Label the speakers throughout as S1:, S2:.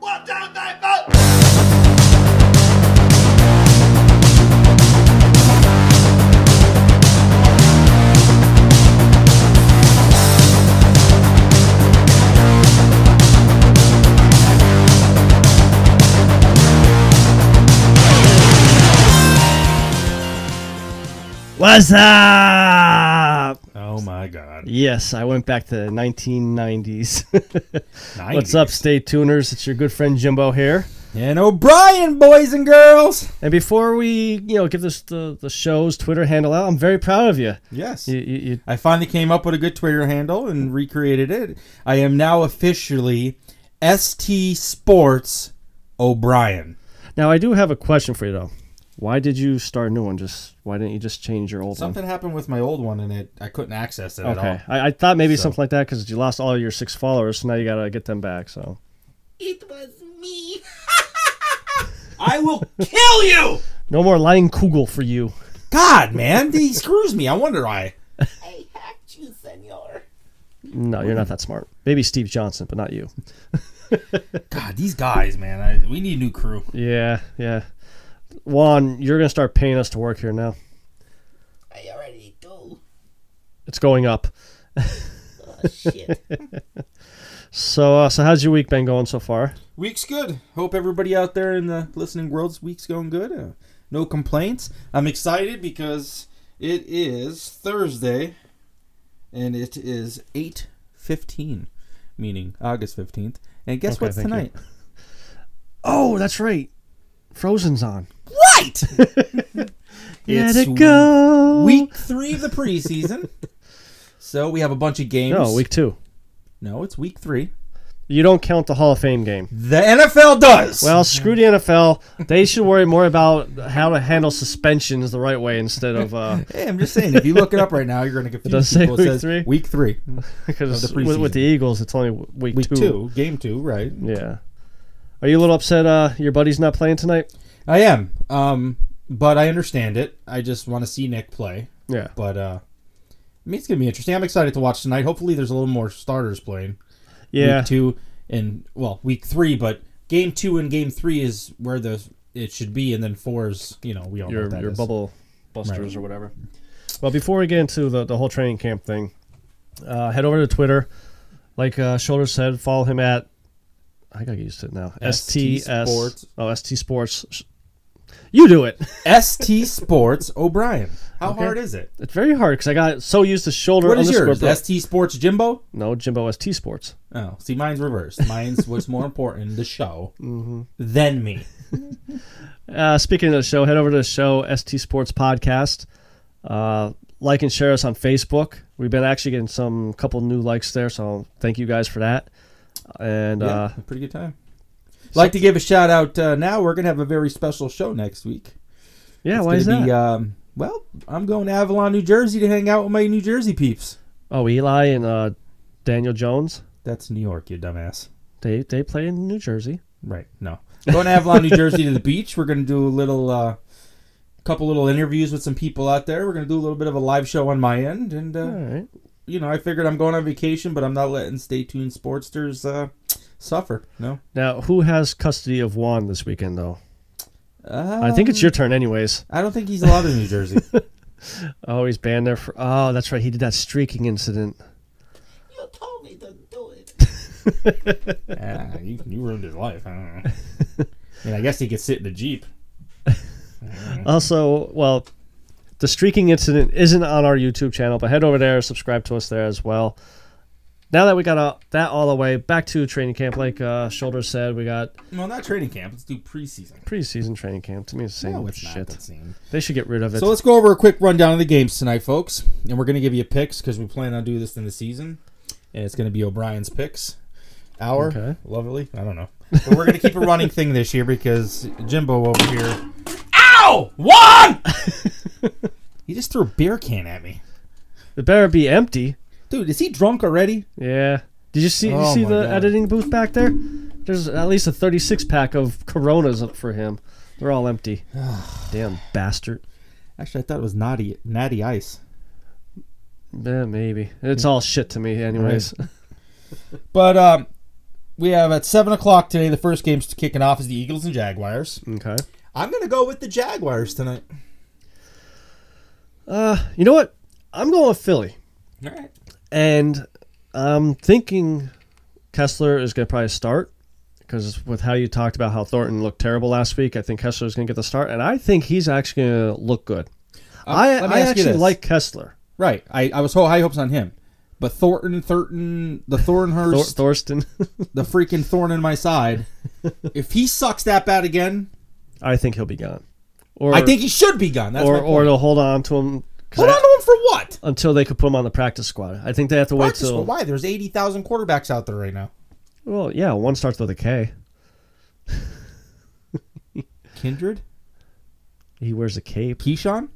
S1: One, two, three, four.
S2: What's up?
S3: Oh my God!
S2: Yes, I went back to 1990s. What's
S3: 90s.
S2: up, stay tuners? It's your good friend Jimbo here.
S3: And O'Brien, boys and girls.
S2: And before we, you know, give this the, the show's Twitter handle out, I'm very proud of you.
S3: Yes,
S2: You, you, you
S3: I finally came up with a good Twitter handle and recreated it. I am now officially ST Sports O'Brien.
S2: now, I do have a question for you though. Why did you start a new one? Just why didn't you just change your old
S3: Something happened with my old one, and it I couldn't access it
S2: one?
S3: at all.
S2: Okay, I, I thought maybe
S3: So-
S2: something like that because you lost all your six followers, so now you gotta get them back. So
S1: It was me. I will kill you.
S2: no more lying Kugel for you.
S3: God, man, he screws me. I wonder why.
S1: I hacked you, senor.
S2: No, you're not that smart. Maybe Steve Johnson, but not you.
S3: God, these guys, man. I, we need a new crew.
S2: Yeah, yeah. Juan, you're gonna start paying us to work here now.
S1: I already do.
S2: It's going up.
S1: Oh shit.
S2: So, uh, so how's your week been going so far?
S3: Week's good. Hope everybody out there in the listening world's week's going good. Uh, no complaints. I'm excited because it is Thursday, and it is eight fifteen, meaning August fifteenth. And guess
S2: Okay,
S3: what's
S2: thank you.
S3: tonight?
S2: Oh, that's right. Frozen's on.
S3: Right.
S2: Let
S3: it's
S2: it go.
S3: week three of the preseason. so we have a bunch of games.
S2: No, week two.
S3: No, it's week three.
S2: You don't count the Hall of Fame game.
S3: The NFL does.
S2: Well, screw the NFL. They should worry more about how to handle suspensions the right way instead of uh,
S3: Hey, I'm just saying, if you look it up right now, you're going to confuse
S2: does say
S3: people. It
S2: week
S3: says
S2: three?
S3: Week three.
S2: because
S3: Of the
S2: with, with the
S3: preseason.
S2: Eagles, it's only week,
S3: Week two, game two, right?
S2: Yeah. Are you a little upset? Uh, your buddy's not playing tonight.
S3: I am. Um, but I understand it. I just want to see Nick play.
S2: Yeah.
S3: But uh, I mean, it's gonna be interesting. I'm excited to watch tonight. Hopefully, there's a little more starters playing.
S2: Yeah.
S3: Week two and well, week three, but game two and game three is where the it should be, and then four is you know we all know
S2: your
S3: what that
S2: your
S3: is.
S2: bubble busters or whatever. Well, before we get into the, the whole training camp thing, uh, head over to Twitter. Like uh, Shoulder said, follow him at. I gotta get used to it now.
S3: ST
S2: STS.
S3: Sports.
S2: Oh, ST Sports. Sh- You do it.
S3: ST Sports O'Brien. How
S2: Okay.
S3: hard is it?
S2: It's very hard because I got so used to shoulder.
S3: What is
S2: underscore
S3: yours?
S2: bro-
S3: ST Sports Jimbo.
S2: No, Jimbo ST Sports.
S3: Oh, see, mine's reversed. Mine's what's more important, the show, than me.
S2: Uh, speaking of the show, head over to the show ST Sports Podcast. Uh, like and share us on Facebook. We've been actually getting some couple new likes there, so thank you guys for that. And
S3: Yeah,
S2: uh,
S3: a pretty good time. like to give a shout out uh, now. We're gonna have a very special show next week.
S2: yeah,
S3: It's
S2: why
S3: gonna
S2: is that?
S3: Be, um, well, I'm going to Avalon, New Jersey, to hang out with my New Jersey peeps.
S2: Oh, Eli and uh, Daniel Jones.
S3: That's New York, you dumbass.
S2: They they play in New Jersey.
S3: Right? No, going to Avalon, New Jersey, to the beach. We're gonna do a little, uh, couple little interviews with some people out there. We're gonna do a little bit of a live show on my end, and uh,
S2: All right.
S3: you know, I figured I'm going on vacation, but I'm not letting Stay Tuned Sportsters uh, suffer. No,
S2: Now, who has custody of Juan this weekend, though?
S3: uh,
S2: I think it's your turn, anyways.
S3: I don't think he's allowed in New Jersey.
S2: Oh, he's banned there for. Oh, that's right. He did that streaking incident.
S1: You told me to do it.
S3: Ah, you, you ruined his life. I don't know. I mean, I guess he could sit in the jeep.
S2: Also, well, the streaking incident isn't on our YouTube channel, but head over there, subscribe to us there as well. Now that we got all, that all the way back to training camp, like uh, Shoulder said, we got
S3: Well, not training camp. Let's do preseason.
S2: preseason training camp. To me, it's the same
S3: No, it's not
S2: shit.
S3: the same.
S2: They should get rid of it.
S3: So let's go over a quick rundown of the games tonight, folks. And we're going to give you picks because we plan on doing this in the season. And it's going to be O'Brien's picks. Our
S2: Okay.
S3: lovely. I don't know. But we're going to keep a running thing this year because Jimbo over here. Ow! One! he just threw a beer can at me.
S2: it better be empty.
S3: Dude, is he drunk already?
S2: Yeah. Did you see? you
S3: Oh
S2: see
S3: my
S2: the
S3: God.
S2: editing booth back there? There's at least a 36 pack of Coronas up for him. They're all empty. Damn bastard.
S3: Actually, I thought it was Natty, Natty Ice. Mm.
S2: Yeah, maybe. It's all shit to me, anyways.
S3: But um, we have at seven o'clock today. The first game's kicking off is the Eagles and Jaguars.
S2: Okay.
S3: I'm gonna go with the Jaguars tonight.
S2: Uh, you know what? I'm going with Philly,
S3: All right.
S2: and I'm thinking Kessler is going to probably start because with how you talked about how Thornton looked terrible last week, I think Kessler is going to get the start, and I think he's actually going to look good. I
S3: Uh, let me
S2: I
S3: ask you
S2: actually
S3: this.
S2: like Kessler.
S3: Right. I, I was so high hopes on him, but Thornton, Thornton, the
S2: Thor-
S3: Thornhurst,
S2: Thorston,
S3: the freaking thorn in my side. if he sucks that bad again,
S2: I think he'll be gone. Or
S3: I think he should be gone. That's my
S2: or
S3: point.
S2: or they'll hold on to him 'cause
S3: Hold
S2: I-
S3: on to him for what?
S2: until they could put him on the practice squad. I think they have to wait
S3: Practice,
S2: till
S3: well, why? There's eighty thousand quarterbacks out there right now.
S2: well, yeah, one starts with a K.
S3: Kindred,
S2: He wears a cape.
S3: Keyshawn,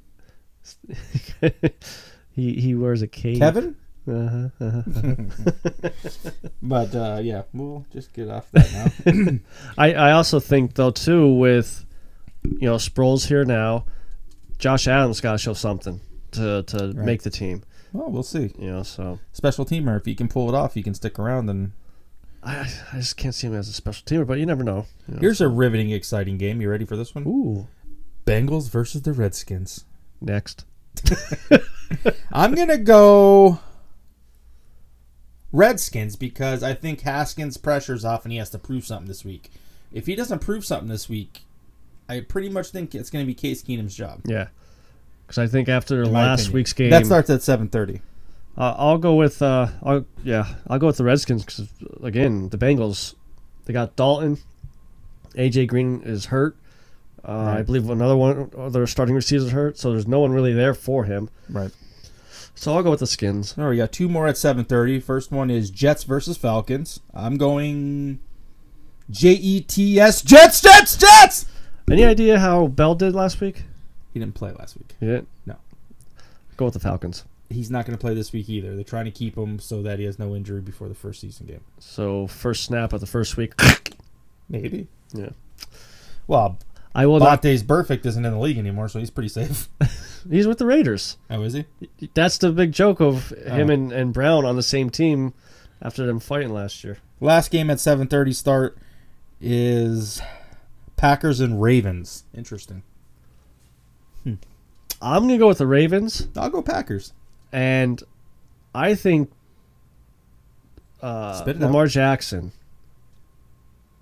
S2: he he wears a cape.
S3: Kevin.
S2: Uh-huh, uh-huh.
S3: But uh, yeah, we'll just get off that now.
S2: I I also think though too with you know Sproles here now, Josh Adams got to show something to to make the team.
S3: Well, we'll see.
S2: You know, so
S3: Special teamer, if you can pull it off, you can stick around. And
S2: I I just can't see him as a special teamer, but you never know. you know.
S3: here's a riveting, exciting game. You ready for this one?
S2: Ooh,
S3: Bengals versus the Redskins.
S2: next.
S3: I'm gonna go Redskins because I think Haskins pressures off and he has to prove something this week. If he doesn't prove something this week, I pretty much think it's gonna be Case Keenum's job.
S2: Yeah. Because I think after
S3: my
S2: last
S3: opinion.
S2: week's game,
S3: That starts at 7:30.
S2: Uh, I'll go with uh, I'll, yeah, I'll go with the Redskins 'cause, again, the Bengals, they got Dalton, AJ Green is hurt. Uh, I
S3: Right.
S2: believe another one of their starting receivers is hurt, so there's no one really there for him.
S3: Right.
S2: So I'll go with the Skins.
S3: No, we got two more at 7:30. First one is Jets versus Falcons. I'm going J E T S Jets Jets Jets.
S2: Any idea how Bell did last week?
S3: He didn't play last week.
S2: He didn't.
S3: No.
S2: Go with the Falcons.
S3: He's not going to play this week either. They're trying to keep him so that he has no injury before the first season game.
S2: So first snap of the first week.
S3: Maybe.
S2: Yeah.
S3: Well,
S2: I will not.
S3: Bonte's perfect isn't in the league anymore, so he's pretty safe.
S2: He's with the Raiders.
S3: Oh, is he?
S2: That's the big joke of him
S3: Oh.
S2: and, and Brown on the same team after them fighting last year.
S3: Last game at 7:30 start is Packers and Ravens. Interesting.
S2: I'm gonna go with the Ravens.
S3: I'll go Packers.
S2: and I think uh,
S3: Spit it out.
S2: Lamar Jackson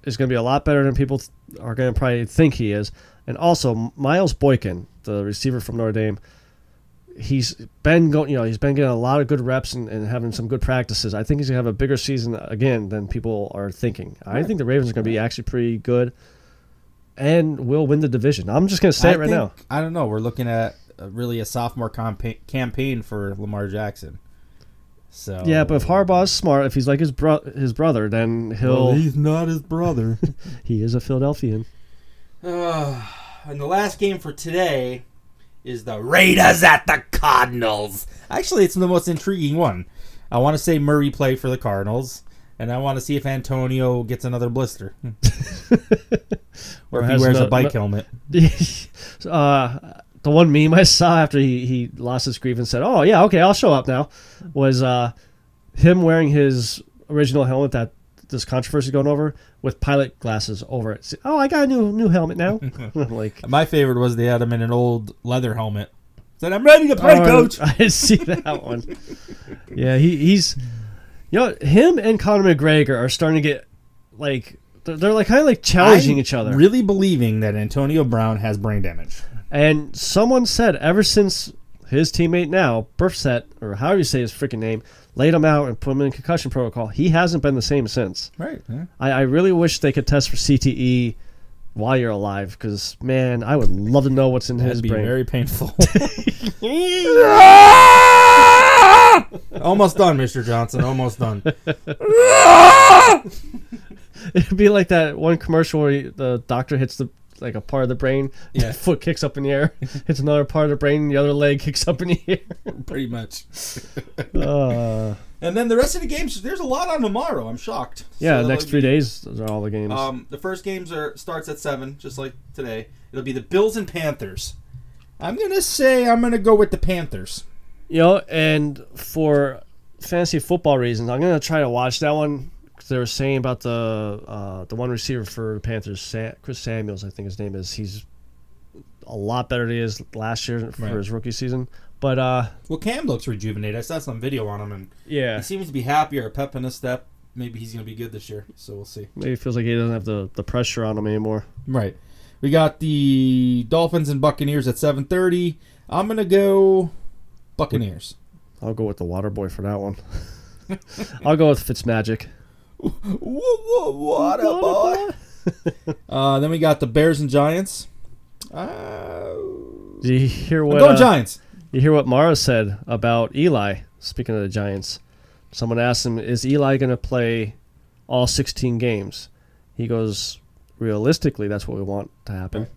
S2: is going to be a lot better than people th- are going to probably think he is. And also, Miles Boykin, the receiver from Notre Dame, he's been going. You know, he's been getting a lot of good reps and, and having some good practices. I think he's going to have a bigger season again than people are thinking. I
S3: Right.
S2: think the Ravens are going to be actually pretty good. And will win the division. I'm just gonna say
S3: I
S2: it right
S3: think-
S2: now.
S3: I don't know. We're looking at uh, really a sophomore campa- campaign for Lamar Jackson. So
S2: Yeah, but if Harbaugh's smart, if he's like his bro- his brother, then he'll
S3: not his brother.
S2: He is a Philadelphian.
S3: Uh, and the last game for today is the Raiders at the Cardinals. Actually, it's the most intriguing one. I want to say Murray played for the Cardinals, and I want to see if Antonio gets another blister, or if he
S2: has
S3: wears
S2: no-
S3: a bike
S2: no-
S3: helmet.
S2: uh, the one meme I saw after he, he lost his grievance said, "Oh yeah, okay, I'll show up now," was uh, him wearing his original helmet that this controversy going over with pilot glasses over it. See, oh, I got a new new helmet now. like,
S3: My favorite was they had him in an old leather helmet. Said, "I'm ready to play,
S2: oh,
S3: coach."
S2: I see that one. yeah, he, he's you know him and Conor McGregor are starting to get like they're, they're like kind of like challenging
S3: I'm
S2: each other.
S3: Really believing that Antonio Brown has brain damage.
S2: And someone said ever since his teammate now, Burfset, or however you say his freaking name, laid him out and put him in concussion protocol, he hasn't been the same since.
S3: Right.
S2: I, I really wish they could test for CTE while you're alive, because, man, I would love to know what's in his
S3: That'd be
S2: brain.
S3: very painful. Almost done, Mr. Johnson. Almost done.
S2: It'd be like that one commercial where you- the doctor hits the like a part of the brain,
S3: Yeah.
S2: foot kicks up in the air, hits another part of the brain, the other leg kicks up in the air.
S3: Pretty much.
S2: Uh,
S3: And then the rest of the games, there's a lot on tomorrow. I'm shocked.
S2: yeah,
S3: So
S2: next
S3: it'll
S2: three
S3: be-
S2: days those are all the games.
S3: Um, the first games are starts at seven, just like today. It'll be the Bills and Panthers. I'm gonna say I'm gonna go with the Panthers.
S2: You know, and for fantasy football reasons, I'm gonna try to watch that one they were saying about the uh, the one receiver for the Panthers, Sa- Chris Samuels, I think his name is. He's a lot better than he is last year for
S3: Right.
S2: his rookie season. But uh,
S3: Well, Cam looks rejuvenated. I saw some video on him, and he
S2: yeah,
S3: seems to be happier, a pep in his step. Maybe he's going to be good this year, so we'll see.
S2: maybe it feels like he doesn't have the, the pressure on him anymore.
S3: Right. We got the Dolphins and Buccaneers at 7:30. I'm going to go Buccaneers.
S2: I'll go with the water boy for that one. I'll go with Fitzmagic.
S3: Whoa, whoa, what a boy. Uh, then we got the Bears and Giants. Uh,
S2: Do you hear
S3: I'm
S2: what
S3: going
S2: uh,
S3: Giants.
S2: you hear what Mara said about Eli? Speaking of the Giants, someone asked him, "Is Eli going to play all 16 games?" He goes, "Realistically, that's what we want to happen."
S3: Right.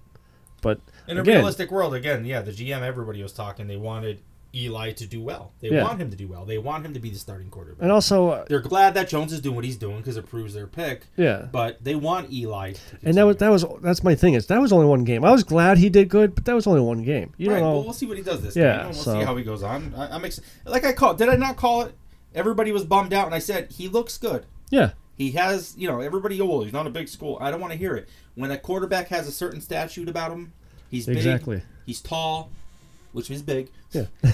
S2: But
S3: In a
S2: again-
S3: realistic world, again, yeah, the GM, everybody was talking. They wanted Eli to do well. They
S2: Yeah.
S3: want him to do well. They want him to be the starting quarterback.
S2: and also, uh,
S3: They're glad that Jones is doing what he's doing because it proves their pick.
S2: yeah,
S3: But they want Eli. To
S2: and that was
S3: continue.
S2: that was that's my thing is that was only one game. I was glad he did good, but that was only one game. You
S3: right.
S2: don't know.
S3: Well, we'll see what he does this.
S2: Yeah,
S3: Yeah. We'll
S2: so-
S3: see how he goes on. I, I'm excited. Like I called. Did I not call it? Everybody was bummed out, and I said he looks good.
S2: yeah,
S3: He has, you know, everybody. Oh, he's not a big school. I don't want to hear it. When a quarterback has a certain statute about him, he's big,
S2: exactly.
S3: he's tall, which means big.
S2: Yeah.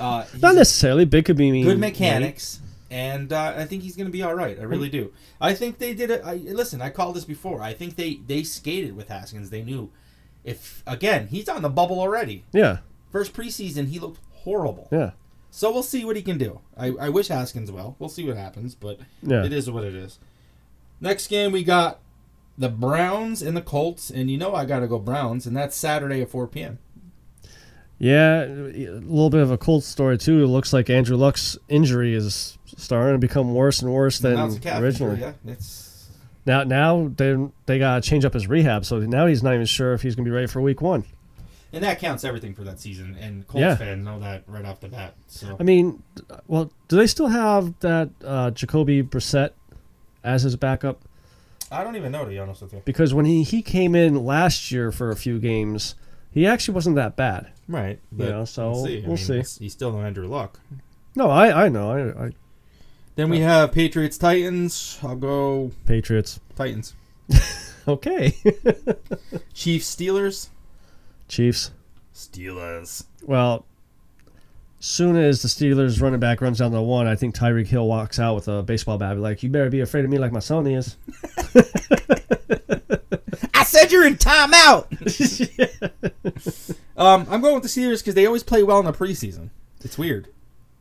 S3: uh, he's
S2: Not
S3: a
S2: necessarily. Big could be mean.
S3: good mechanics, and uh, I think he's going to be all right. I really do. I think they did it. I listen. I called this before. I think they they skated with Haskins. They knew if again he's on the bubble already.
S2: Yeah,
S3: First preseason, he looked horrible.
S2: yeah,
S3: So we'll see what he can do. I, I wish Haskins well. We'll see what happens, but
S2: Yeah.
S3: it is what it is. Next game we got the Browns and the Colts, and you know I gotta go Browns, and that's Saturday at four PM.
S2: yeah. A little bit of a cold story too. It looks like Andrew Luck's injury is starting to become worse and worse than
S3: Now it's a calf
S2: originally.
S3: injury, yeah. It's
S2: Now, now they they gotta change up his rehab. So now he's not even sure if he's gonna be ready for week one.
S3: and that counts everything for that season, and Colts
S2: Yeah.
S3: fans know that right off the bat. So
S2: I mean, well, do they still have that uh, Jacoby Brissett as his backup?
S3: I don't even know to be honest with you.
S2: Because when he, he came in last year for a few games, he actually wasn't that bad.
S3: Right.
S2: but Yeah, so we'll see. I we'll mean, see. it's-
S3: He's still no Andrew Luck.
S2: No, I I know. I, I
S3: Then we have Patriots Titans. I'll go
S2: Patriots.
S3: Titans.
S2: Okay,
S3: Chiefs Steelers.
S2: Chiefs.
S3: Steelers.
S2: Well, soon as the Steelers running back runs down the one, I think Tyreek Hill walks out with a baseball bat. Like, you better be afraid of me like my son is.
S3: I said you're in timeout. um, I'm going with the Steelers because they always play well in the preseason. It's weird.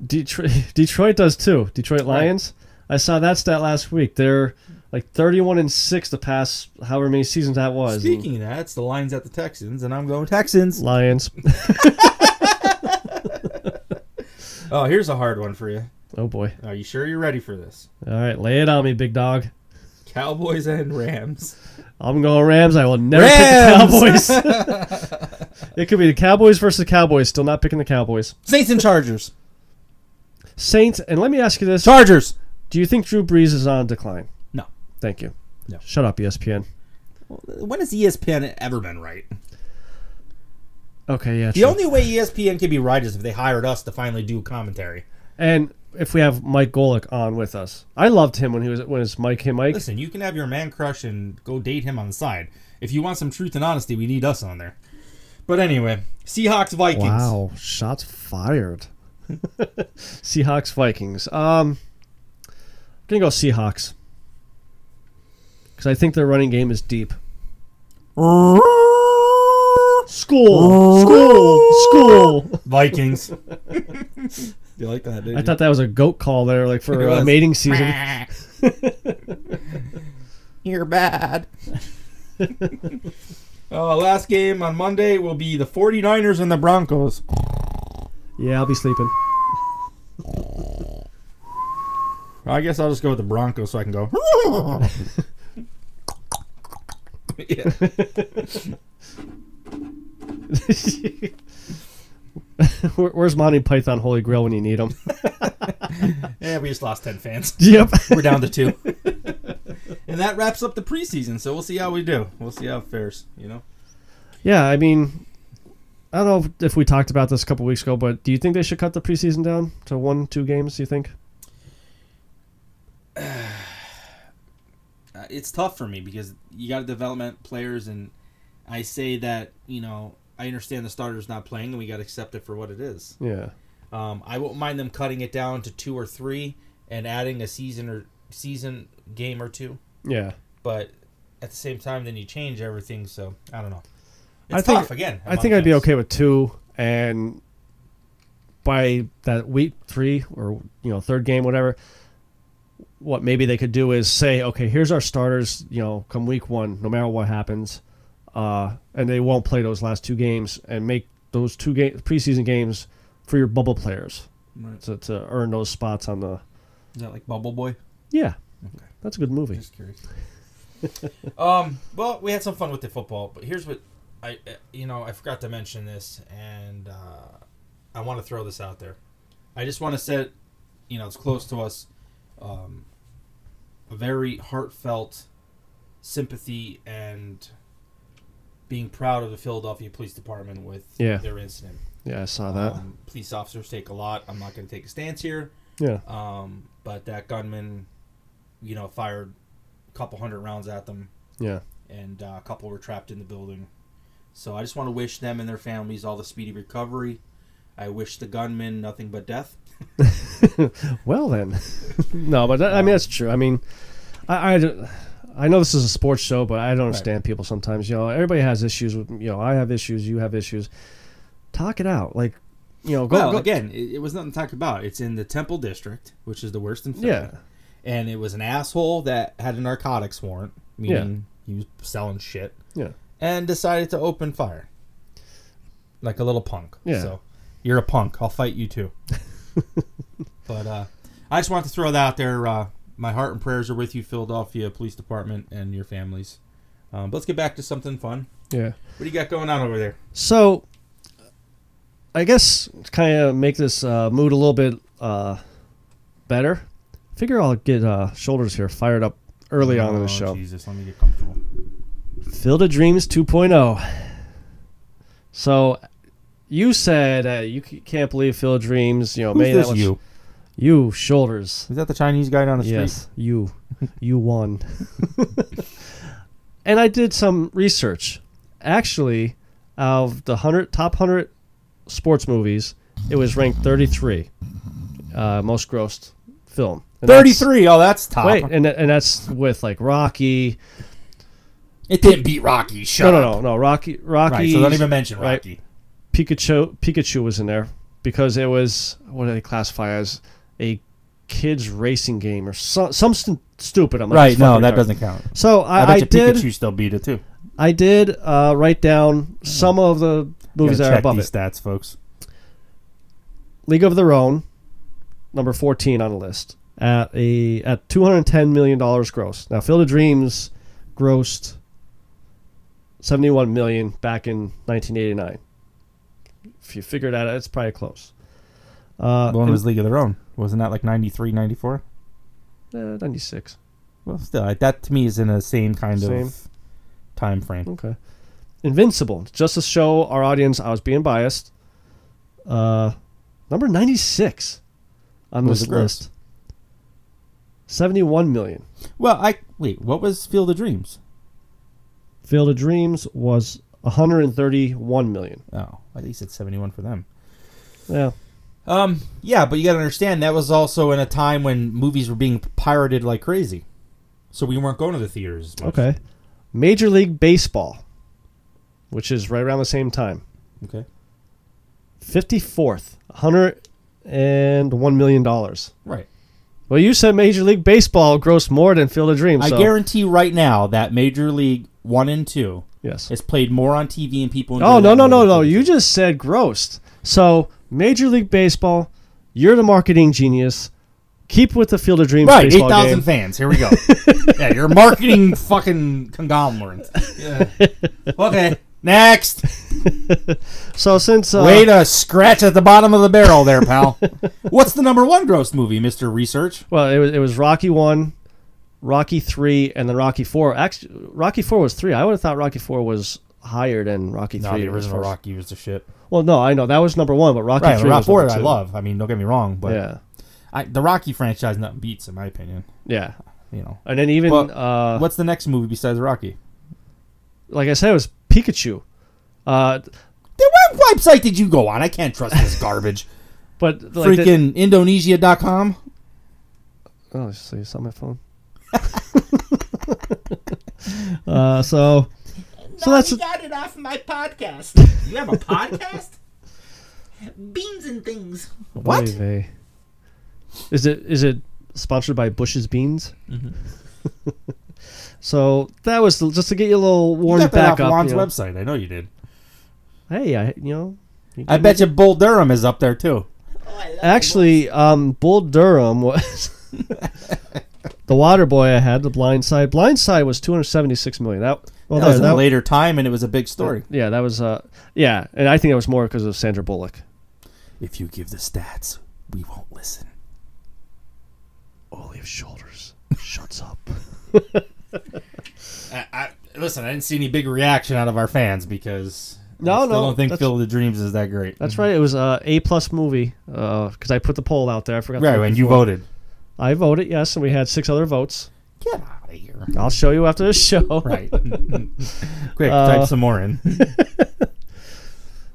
S2: Detroit, Detroit does too. Detroit Lions. I saw that stat last week. They're like 31 and 6 the past however many seasons that was.
S3: Speaking of that, it's the Lions at the Texans, and I'm going Texans.
S2: Lions.
S3: Oh, here's a hard one for you.
S2: Oh boy.
S3: Are you sure you're ready for this?
S2: All right, lay it on me, big dog.
S3: Cowboys and Rams.
S2: I'm going Rams. I will never
S3: Rams!
S2: pick the Cowboys. it could be the Cowboys versus the Cowboys. Still not picking the Cowboys.
S3: Saints and Chargers.
S2: Saints. And let me ask you this:
S3: Chargers.
S2: Do you think Drew Brees is on decline?
S3: No.
S2: Thank you.
S3: No.
S2: Shut up, E ESPN.
S3: When has E ESPN ever been right?
S2: Okay, yeah.
S3: The
S2: true.
S3: only way E ESPN can be right is if they hired us to finally do commentary.
S2: and if we have Mike Golick on with us, I loved him when he was when it's Mike. Hey, Mike.
S3: Listen, you can have your man crush and go date him on the side. If you want some truth and honesty, we need us on there. But anyway, Seahawks Vikings.
S2: Wow, shots fired. Seahawks Vikings. Um going to go Seahawks. Cuz I think their running game is deep. School, school, school.
S3: Vikings. you like that, did
S2: I thought that was a goat call there like
S3: It
S2: for uh,
S3: was.
S2: mating season.
S3: You're bad. uh, last game on Monday will be the 49ers and the Broncos.
S2: Yeah, I'll be sleeping.
S3: I guess I'll just go with the Broncos so I can go. yeah.
S2: Where, where's Monty Python Holy Grail when you need him?
S3: yeah, we just lost 10 fans.
S2: yep.
S3: We're down to two. and that wraps up the preseason, so we'll see how we do. We'll see how it fares, you know?
S2: Yeah, I mean, I don't know if we talked about this a couple weeks ago, but do you think they should cut the preseason down to one, two games? Do you think?
S3: Uh, it's tough for me because you got to development players, and I say that you know I understand the starter's not playing, and we got to accept it for what it is.
S2: Yeah.
S3: Um, I won't mind them cutting it down to two or three and adding a season or season game or two,
S2: Yeah.
S3: but at the same time, then you change everything. So I don't know.
S2: I
S3: It's
S2: think-
S3: tough again.
S2: I think I'd be okay with two, and by that week three or you know third game, whatever. What maybe they could do is say, okay, here's our starters. You know, come week one, no matter what happens, uh, and they won't play those last two games, and make those two game preseason games for your bubble players
S3: Right.
S2: to, to earn those spots on the.
S3: Is that like Bubble Boy?
S2: Yeah,
S3: Okay.
S2: that's a good movie.
S3: Just curious. um, well, we had some fun with the football, but here's what I, uh, you know, I forgot to mention this, and uh, I want to throw this out there. I just want to set, you know, it's close to us, um, a very heartfelt sympathy and being proud of the Philadelphia Police Department with
S2: Yeah. Uh,
S3: their incident.
S2: Yeah, I saw that.
S3: Um, police officers take a lot. I'm not going to take a stance here.
S2: yeah,
S3: Um, but that gunman, you know, fired a couple hundred rounds at them,
S2: yeah,
S3: and uh, a couple were trapped in the building. So I just want to wish them and their families all the speedy recovery. I wish the gunman nothing but death.
S2: Well then, no, but that, I mean that's true. I mean, I, I, don't- I know this is a sports show, but I don't understand people sometimes. You know, everybody has issues. With, you know, I have issues. You have issues. Talk it out. Like, you know, go,
S3: well,
S2: go-
S3: again, it, it was nothing to talk about. It's in the Temple District, which is the worst in Philly.
S2: Yeah,
S3: And it was an asshole that had a narcotics warrant,
S2: Yeah.
S3: meaning he was selling shit.
S2: Yeah.
S3: And decided to open fire. Like a little punk.
S2: Yeah.
S3: So you're a punk. I'll fight you too. but uh, I just want to throw that out there. Uh, my heart and prayers are with you, Philadelphia Police Department, and your families. Um, but let's get back to something fun.
S2: yeah.
S3: What do you got going on over there?
S2: So, I guess to kind of make this uh, mood a little bit uh, better, figure I'll get uh, shoulders here fired up early on in
S3: Oh,
S2: the show.
S3: Jesus, let me get comfortable.
S2: Field of Dreams 2.0. So you said uh, you c- can't believe Field of Dreams, you know,
S3: Who's
S2: made
S3: this
S2: Oh, that much-
S3: you?
S2: You shoulders.
S3: Is that the Chinese guy down the street?
S2: Yes, you. You won. and I did some research. Actually, out of the 100 top 100 sports movies, it was ranked 33 uh, most grossed film. And that's-
S3: 33. Oh, that's top.
S2: Wait, and, and that's with like Rocky.
S3: It didn't beat Rocky. Shut
S2: No, no,
S3: up.
S2: no, no. Rocky, Rocky.
S3: Right, so don't even mention
S2: right.
S3: Rocky.
S2: Pikachu Pikachu was in there because it was what do they classify as a kids racing game or so, some st- stupid. I'm like, "Fuck it, all
S3: count.
S2: So I, I, did
S3: still beat it too.
S2: I did uh, write down some of the movies that are above it.
S3: stats, folks.
S2: League of Their Own, number fourteen on the list at a at two hundred ten million dollars gross. Now Field of Dreams grossed seventy one million back in nineteen eighty nine. If you figure that out, it's probably close. Uh,
S3: Well, it
S2: and-
S3: was League of Their Own. Wasn't that like 93, 94?
S2: Uh, 96.
S3: Well, still, I- that to me is in the same kind
S2: Same. Mm.
S3: of time frame.
S2: Okay. Invincible. Just to show our audience I was being biased. Uh, number 96 on
S3: What was
S2: this
S3: the gross?
S2: list. 71 million.
S3: Well, I wait. What was Field of Dreams?
S2: Field of Dreams was 131 million.
S3: Oh, at least it's 71 for them.
S2: Yeah.
S3: Um, yeah, but you got to understand that was also in a time when movies were being pirated like crazy, so we weren't going to the theaters. As much.
S2: Okay. Major League Baseball, which is right around the same time.
S3: Okay.
S2: 54th, 101 million dollars.
S3: Right.
S2: Well, you said Major League Baseball grossed more than Field of Dreams.
S3: I
S2: so-
S3: guarantee right now that Major League One and Two
S2: Yes.
S3: is played more on TV and people.
S2: Oh
S3: enjoy
S2: no
S3: that
S2: no
S3: more
S2: no
S3: than
S2: no!
S3: TV.
S2: You just said grossed. So Major League Baseball, you're the marketing genius. Keep with the Field of Dreams
S3: right eight
S2: baseball
S3: thousand
S2: game.
S3: fans. Here we go. yeah, you're a marketing fucking conglomerate. Yeah. Okay. Next,
S2: So since uh,
S3: way to scratch at the bottom of the barrel, there, pal. What's the number one gross movie, Mister Research?
S2: well, it was, it was Rocky one, Rocky three, and then Rocky four. Actually, Rocky four was three. I would have thought Rocky four was higher than Rocky
S3: No,
S2: three.
S3: the
S2: was
S3: original
S2: first.
S3: Rocky was the shit.
S2: Well, no, I know that was number one, but Rocky
S3: Right,
S2: three
S3: Rocky
S2: was
S3: Four,
S2: number
S3: I
S2: two.
S3: love. I mean, don't get me wrong, but
S2: Yeah,
S3: I, the Rocky franchise nothing beats, in my opinion.
S2: yeah.
S3: you know.
S2: And then even
S3: But
S2: uh,
S3: What's the next movie besides Rocky?
S2: like I said, it was Pikachu. Uh,
S3: Then what website did you go on? I can't trust this garbage.
S2: but like the-
S3: Freaking Indonesia.com.
S2: oh, see, it's on my phone. uh, so So
S1: no,
S2: that's-
S1: you got it off my podcast. You have a podcast? Beans and things.
S3: What?
S2: Oy vey. Is it is it sponsored by Bush's Beans?
S3: Mhm.
S2: so that was the, just to get you a little
S3: You
S2: warmed
S3: got that
S2: back
S3: off
S2: up.
S3: Lon's
S2: you know.
S3: website. I know you did.
S2: Hey, I you know.
S3: I bet you Bull Durham is up there too.
S1: Oh, I love
S2: Actually, um, Bull Durham was the water boy I had. The Blind Side. Blind Side was two hundred seventy six million. That well,
S3: That was in
S2: that-
S3: a later time, and it was a big story.
S2: Yeah, that was uh, yeah, and I think that was more because of Sandra Bullock.
S3: If you give the stats, we won't listen.
S2: Olive Shoulders shuts up.
S3: I, I, listen, I didn't see any big reaction out of our fans because
S2: No,
S3: I still
S2: no,
S3: don't think
S2: that's-
S3: Field of Dreams is that great.
S2: That's right. It was a A plus movie because I put the poll out there. I forgot. to
S3: Right,
S2: put it
S3: and you
S2: before.
S3: voted.
S2: I voted yes, and we had six other votes.
S3: Get out of here.
S2: I'll show you after the show.
S3: Right. Quick,
S2: Uh,
S3: type some more in.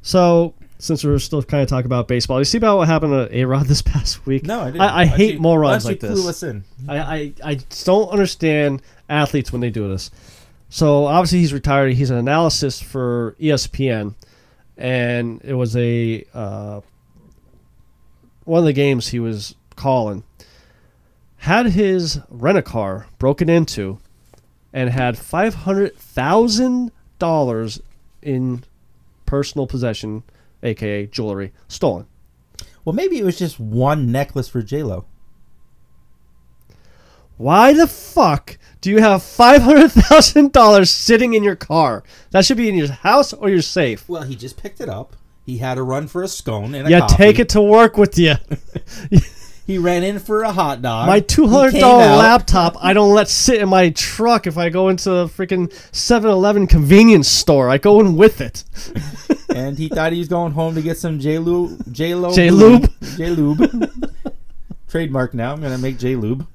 S2: So since we're still kind of talking about baseball, you see about what happened to A Rod this past week.
S3: No, I didn't.
S2: I, I
S3: Why'd
S2: hate
S3: you-
S2: morons
S3: why'd
S2: like
S3: you
S2: this.
S3: clue us in?
S2: I, I, I just don't understand athletes when they do this. So obviously he's retired. He's an analysis for E ESPN, and it was a uh, one of the games he was calling had his rent a car broken into, and had five hundred thousand dollars in personal possession, aka jewelry, stolen.
S3: Well, maybe it was just one necklace for J Lo.
S2: Why the fuck do you have five hundred thousand dollars sitting in your car? That should be in your house or your safe.
S3: Well, he just picked it up. He had a run for a scone and a
S2: Yeah,
S3: coffee.
S2: take it to work with you.
S3: He ran in for a hot dog.
S2: My
S3: He
S2: two hundred
S3: came
S2: dollar
S3: out.
S2: laptop, I don't let sit in my truck if I go into the freaking 7-Eleven convenience store. I go in with it.
S3: and he thought he was going home to get some J Lo J Lo
S2: J. Lube.
S3: J Lube. Trademark now. I'm gonna make J Lube.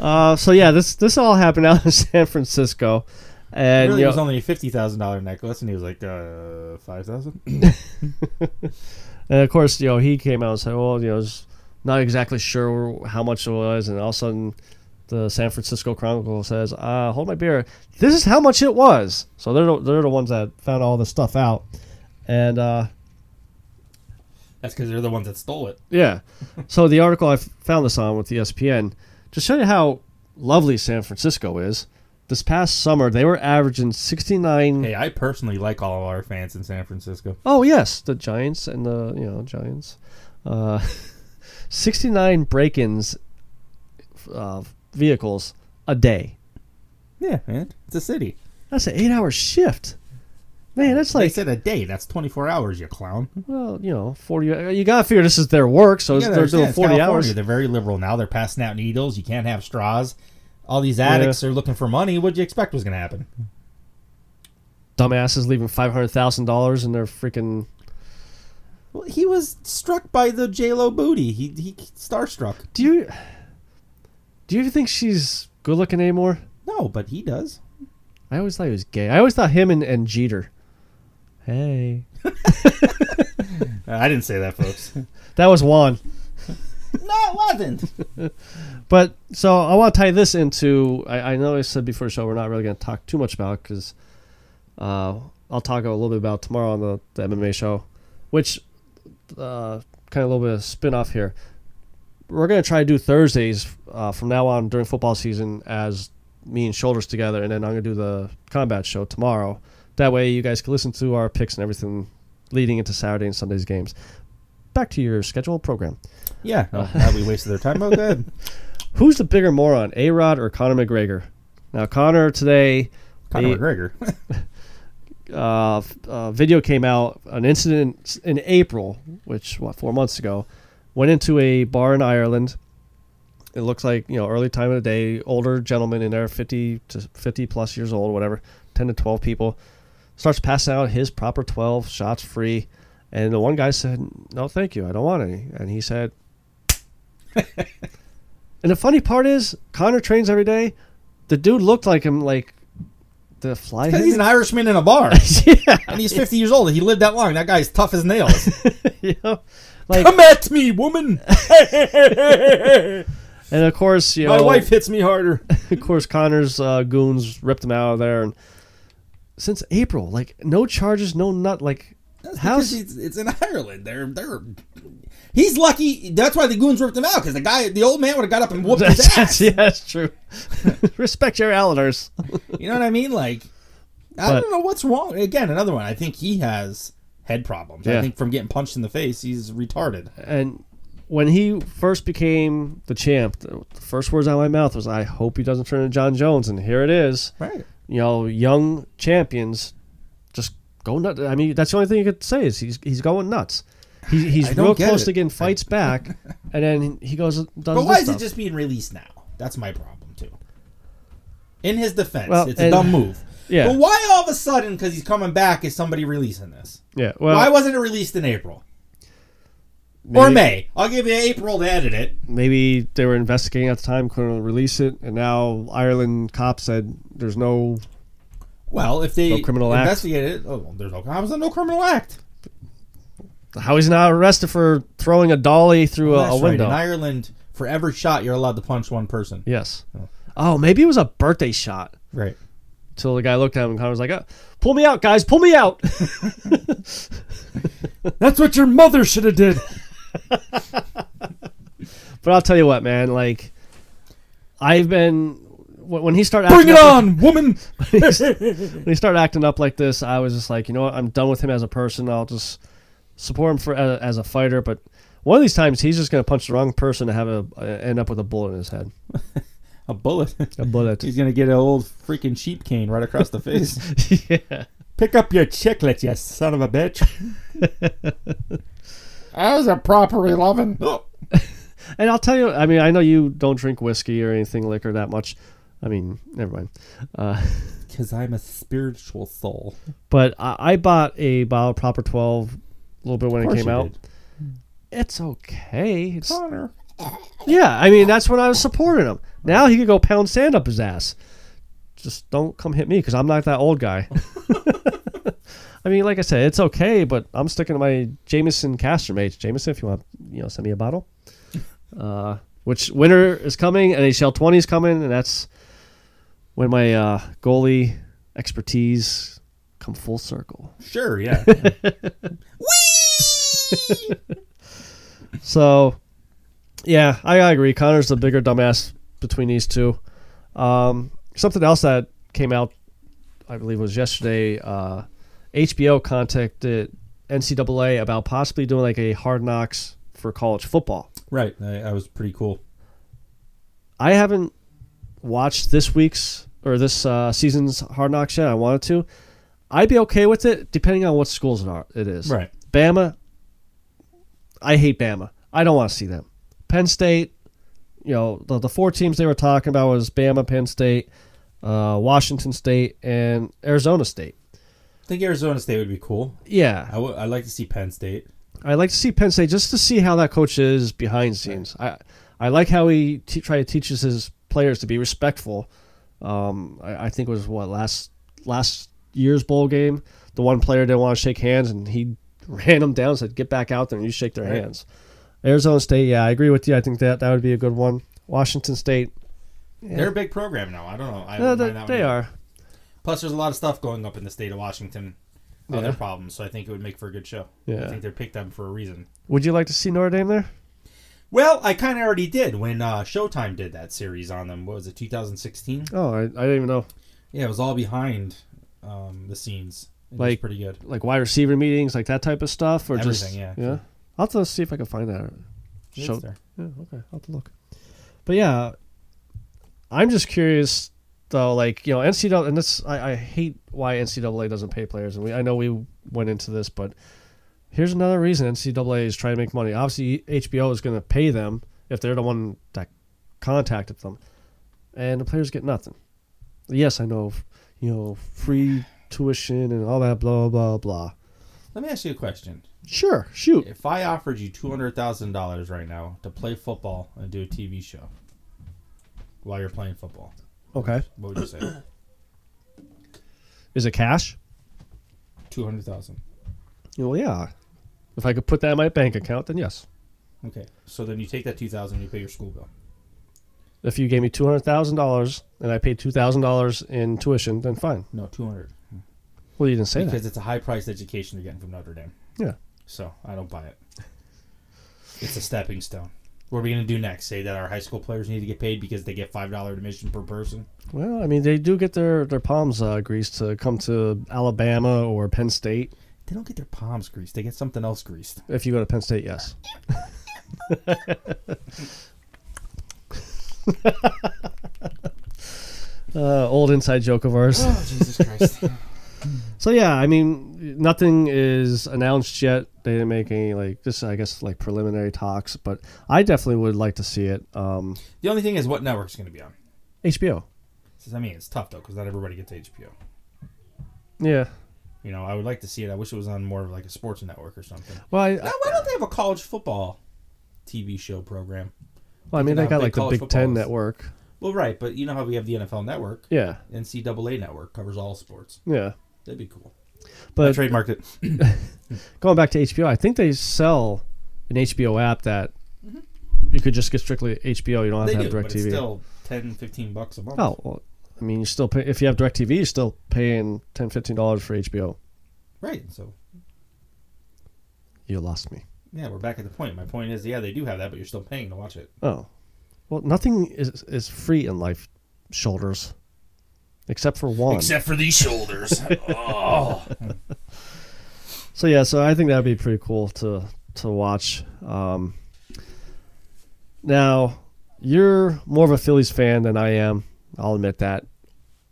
S2: Uh, so yeah, this this all happened out in San Francisco, and
S3: Really,
S2: you
S3: it
S2: know-
S3: was only a fifty thousand dollar necklace, and he was like, uh, five thousand.
S2: And of course, you know, he came out and said, "Well, you know, it's not exactly sure how much it was." And all of a sudden, the San Francisco Chronicle says, uh, "Hold my beer. This is how much it was." So they're the, they're the ones that found all this stuff out, and uh,
S3: That's because they're the ones that stole it.
S2: yeah. so the article I f- found this on with E ESPN to show you how lovely San Francisco is. This past summer, they were averaging sixty nine.
S3: Hey, I personally like all of our fans in San Francisco.
S2: Oh yes, the Giants and the you know Giants, uh, sixty nine break ins uh, vehicles a day.
S3: Yeah, man, it's a city.
S2: That's an eight hour shift. Man, that's
S3: they
S2: like
S3: said a day. That's twenty four hours. You clown.
S2: well, you know, forty. uh, You gotta figure this is their work, so
S3: You
S2: they're
S3: gotta understand,
S2: doing
S3: it's
S2: forty
S3: California.
S2: hours.
S3: They're very liberal now. They're passing out needles. You can't have straws. All these addicts are looking for money. What'd you expect was going to happen?
S2: Dumbasses leaving five hundred thousand dollars in their freaking.
S3: Well, he was struck by the J Lo booty. He he starstruck.
S2: Do you? Do you even think she's good looking anymore?
S3: No, but he does.
S2: I always thought he was gay. I always thought him and, and Jeter. Hey,
S3: Uh, I didn't say that, folks. no,
S2: that was Juan.
S3: it wasn't.
S2: But so I want to tie this into. I, I know I said before the show we're not really going to talk too much about because uh, I'll talk a little bit about tomorrow on the, the MMA show, which uh, kind of a little bit of spin off here. We're going to try to do Thursdays uh, from now on during football season as me and Shoulders together, and then I'm going to do the combat show tomorrow. That way you guys can listen to our picks and everything leading into Saturday and Sunday's games. Back to your scheduled program.
S3: Yeah, no, now we wasted their time. Oh, good.
S2: Who's the bigger moron, A Rod or Conor McGregor? Now, Conor today,
S3: Conor
S2: the
S3: McGregor.
S2: uh, f- uh, video came out, an incident in April, which, what, four months ago, went into a bar in Ireland. It looks like, you know, early time of the day, older gentleman in there, 50 to 50 plus years old, whatever, 10 to 12 people, starts passing out his proper 12 shots free. And the one guy said, No, thank you. I don't want any. And he said, And the funny part is, Connor trains every day. The dude looked like him, like the fly.
S3: Because he's an Irishman in a bar.
S2: yeah,
S3: And he's 50 years old. He lived that long. That guy's tough as nails.
S2: you know? like,
S3: Come at me, woman.
S2: and of course, you know,
S3: My wife hits me harder.
S2: of course, Connor's uh, goons ripped him out of there. And since April, like no charges, no nut. Like
S3: How's
S2: how's
S3: it's, it's in Ireland? They're they're. He's lucky. That's why the goons ripped him out because the guy, the old man, would have got up and whooped his
S2: that's,
S3: ass.
S2: that's, yeah, that's true. Respect your elders.
S3: You know what I mean? Like, I
S2: But-
S3: don't know what's wrong. Again, another one. I think he has head problems. I
S2: Yeah.
S3: think from getting punched in the face, he's retarded.
S2: And when he first became the champ, the the first words out of my mouth was, "I hope he doesn't turn into John Jones." And here it is.
S3: Right.
S2: you know, young champions just go nuts. I mean, that's the only thing you could say is he's he's going nuts. He,
S3: I
S2: he's
S3: don't
S2: real
S3: get
S2: close
S3: it.
S2: to getting fights back, and then he goes and does.
S3: But why
S2: this
S3: is
S2: stuff.
S3: it just being released now? That's my problem too. In his defense,
S2: Well,
S3: it's a
S2: and-
S3: dumb move.
S2: Yeah.
S3: But why all of a sudden? Because he's coming back. Is somebody releasing this?
S2: Yeah. Well,
S3: why wasn't it released in April or
S2: maybe-
S3: May? I'll give you April to edit it.
S2: Maybe they were investigating at the time, couldn't release it, and now Ireland cop said there's no.
S3: Well, if they
S2: No criminal act.
S3: investigate it, oh, well, there's no, how is there no criminal act?
S2: How he's not arrested for throwing a dolly through a,
S3: Oh, That's
S2: a
S3: right.
S2: window?
S3: In Ireland, for every shot, you're allowed to punch one person.
S2: yes. Oh, maybe it was a birthday shot.
S3: Right.
S2: Till the guy looked at him and Connor was like, oh, "Pull me out, guys! Pull me out!"
S3: That's what your mother should have did.
S2: But I'll tell you what, man. Like, I've been when when he started
S3: Bring
S2: acting
S3: it
S2: up,
S3: on, woman.
S2: When he started acting up like this, I was just like, you know what? I'm done with him as a person. I'll just support him for as, as a fighter. But one of these times, he's just gonna punch the wrong person and have a uh, end up with a bullet in his head.
S3: A bullet.
S2: A bullet.
S3: He's gonna get an old freaking sheep cane right across the face.
S2: yeah.
S3: Pick up your chiclet, you son of a bitch. I was a proper eleven.
S2: And I'll tell you, I mean, I know you don't drink whiskey or anything liquor that much. I mean, never mind. Uh,
S3: Because I'm a spiritual soul.
S2: but I, I bought a bottle of Proper Twelve a little bit when it
S3: course
S2: came
S3: you
S2: out.
S3: did.
S2: It's okay. It's
S3: Honor.
S2: Yeah, I mean that's when I was supporting him. Now he could go pound sand up his ass. Just don't come hit me because I'm not that old guy. I mean, like I said, it's okay, but I'm sticking to my Jameson Castor mates. Jameson, if you want, you know, send me a bottle. Uh, which winter is coming, NHL 20 is coming, and that's when my uh, goalie expertise come full circle.
S3: Sure, yeah.
S2: So, yeah, I, I agree. Connor's the bigger dumbass between these two. Um, something else that came out, I believe, was yesterday. Uh, HBO contacted NCAA about possibly doing like a hard knocks for college football.
S3: right. I, I was pretty cool.
S2: I haven't watched this week's or this uh, season's hard knocks yet. I wanted to. I'd be okay with it depending on what schools it are. It is
S3: Right.
S2: Bama, I hate Bama. I don't want to see them. Penn State, you know, the, the four teams they were talking about was Bama, Penn State, uh, Washington State, and Arizona State.
S3: I think Arizona State would be cool.
S2: Yeah,
S3: I would. I'd like to see Penn State.
S2: I like to see Penn State just to see how that coach is behind scenes. I I like how he te- try to teaches his players to be respectful. Um, I, I think it was what last last year's bowl game. The one player didn't want to shake hands, and he ran him down. and Said, "Get back out there and you shake their
S3: Right.
S2: hands." Arizona State, yeah, I agree with you. I think that that would be a good one. Washington State,
S3: They're a big program now. I don't know. I
S2: no,
S3: wouldn't
S2: they,
S3: mind that
S2: they
S3: one.
S2: are.
S3: Plus, there's a lot of stuff going up in the state of Washington. Other
S2: Yeah.
S3: problems. So I think it would make for a good show. I
S2: Yeah.
S3: think they picked them for a reason.
S2: Would you like to see Notre Dame there?
S3: Well, I kind of already did when uh, Showtime did that series on them. What was it, 2016?
S2: Oh, I, I didn't even know.
S3: Yeah, it was all behind um, the scenes. It was
S2: Like-
S3: pretty good.
S2: Like wide receiver meetings, like that type of stuff, or just
S3: Everything, yeah,
S2: yeah.
S3: sure.
S2: I'll have to see if I can find that.
S3: It's
S2: Show,
S3: there.
S2: Yeah, okay. I'll have to look. But yeah, I'm just curious though, like, you know, NCAA and this I, I hate why NCAA doesn't pay players and we I know we went into this, but here's another reason NCAA is trying to make money. Obviously HBO is gonna pay them if they're the one that contacted them. And the players get nothing. Yes, I know you know, free tuition and all that blah blah blah.
S3: Let me ask you a question.
S2: Sure, shoot.
S3: If I offered you $200,000 right now to play football and do a TV show, while you're playing football?
S2: Okay.
S3: What would you say?
S2: Is it cash?
S3: Two hundred thousand.
S2: Well, yeah. If I could put that in my bank account, then yes.
S3: Okay. So then you take that two thousand and you pay your school bill.
S2: If you gave me two hundred thousand dollars and I paid two thousand dollars in tuition, then fine.
S3: No, two hundred.
S2: Well, you didn't say
S3: Because it's a high priced education you're getting from Notre Dame.
S2: Yeah.
S3: So I don't buy it. It's a stepping stone. What are we gonna do next? Say that our high school players need to get paid because they get five dollar admission per person?
S2: that. Well, I mean, they do get their their palms uh, greased to come to Alabama or Penn State.
S3: They don't get their palms greased. They get something else greased.
S2: If you go to Penn State, yes. uh, old inside joke of ours.
S3: Oh Jesus Christ!
S2: So yeah, I mean, nothing is announced yet. They didn't make any like this. I guess like preliminary talks, but I definitely would like to see it. Um,
S3: the only thing is what network's gonna be on.
S2: HBO.
S3: Since- I mean, it's tough though because not everybody gets HBO.
S2: Yeah.
S3: You know, I would like to see it. I wish it was on more of like a sports network or something.
S2: Well, I,
S3: Now, why don't they have a college football TV show program?
S2: well, I mean, they
S3: Now,
S2: got
S3: big
S2: like the
S3: college
S2: Big Ten
S3: football is-
S2: network.
S3: Well, right, but you know how we have the NFL Network,
S2: Yeah.
S3: NCAA Network covers all sports.
S2: Yeah.
S3: That'd be cool. I
S2: But
S3: trademarked it.
S2: going back to HBO, I think they sell an HBO app that you could just get strictly HBO. You don't
S3: Mm-hmm.
S2: have
S3: They
S2: to
S3: do,
S2: have
S3: but it's
S2: DirecTV.
S3: still 10, 15 bucks a month.
S2: oh, well, I mean, you still pay if you have DirecTV, you're still paying $10, 15 dollars for HBO.
S3: right. So
S2: You lost me.
S3: yeah, we're back at the point. My point is, yeah, they do have that, but you're still paying to watch it.
S2: Oh, well, nothing is is free in life, shoulders, except for one.
S3: for these shoulders. oh,
S2: so yeah, so I think that'd be pretty cool to to watch. Um, now, you're more of a Phillies fan than I am. I'll admit that.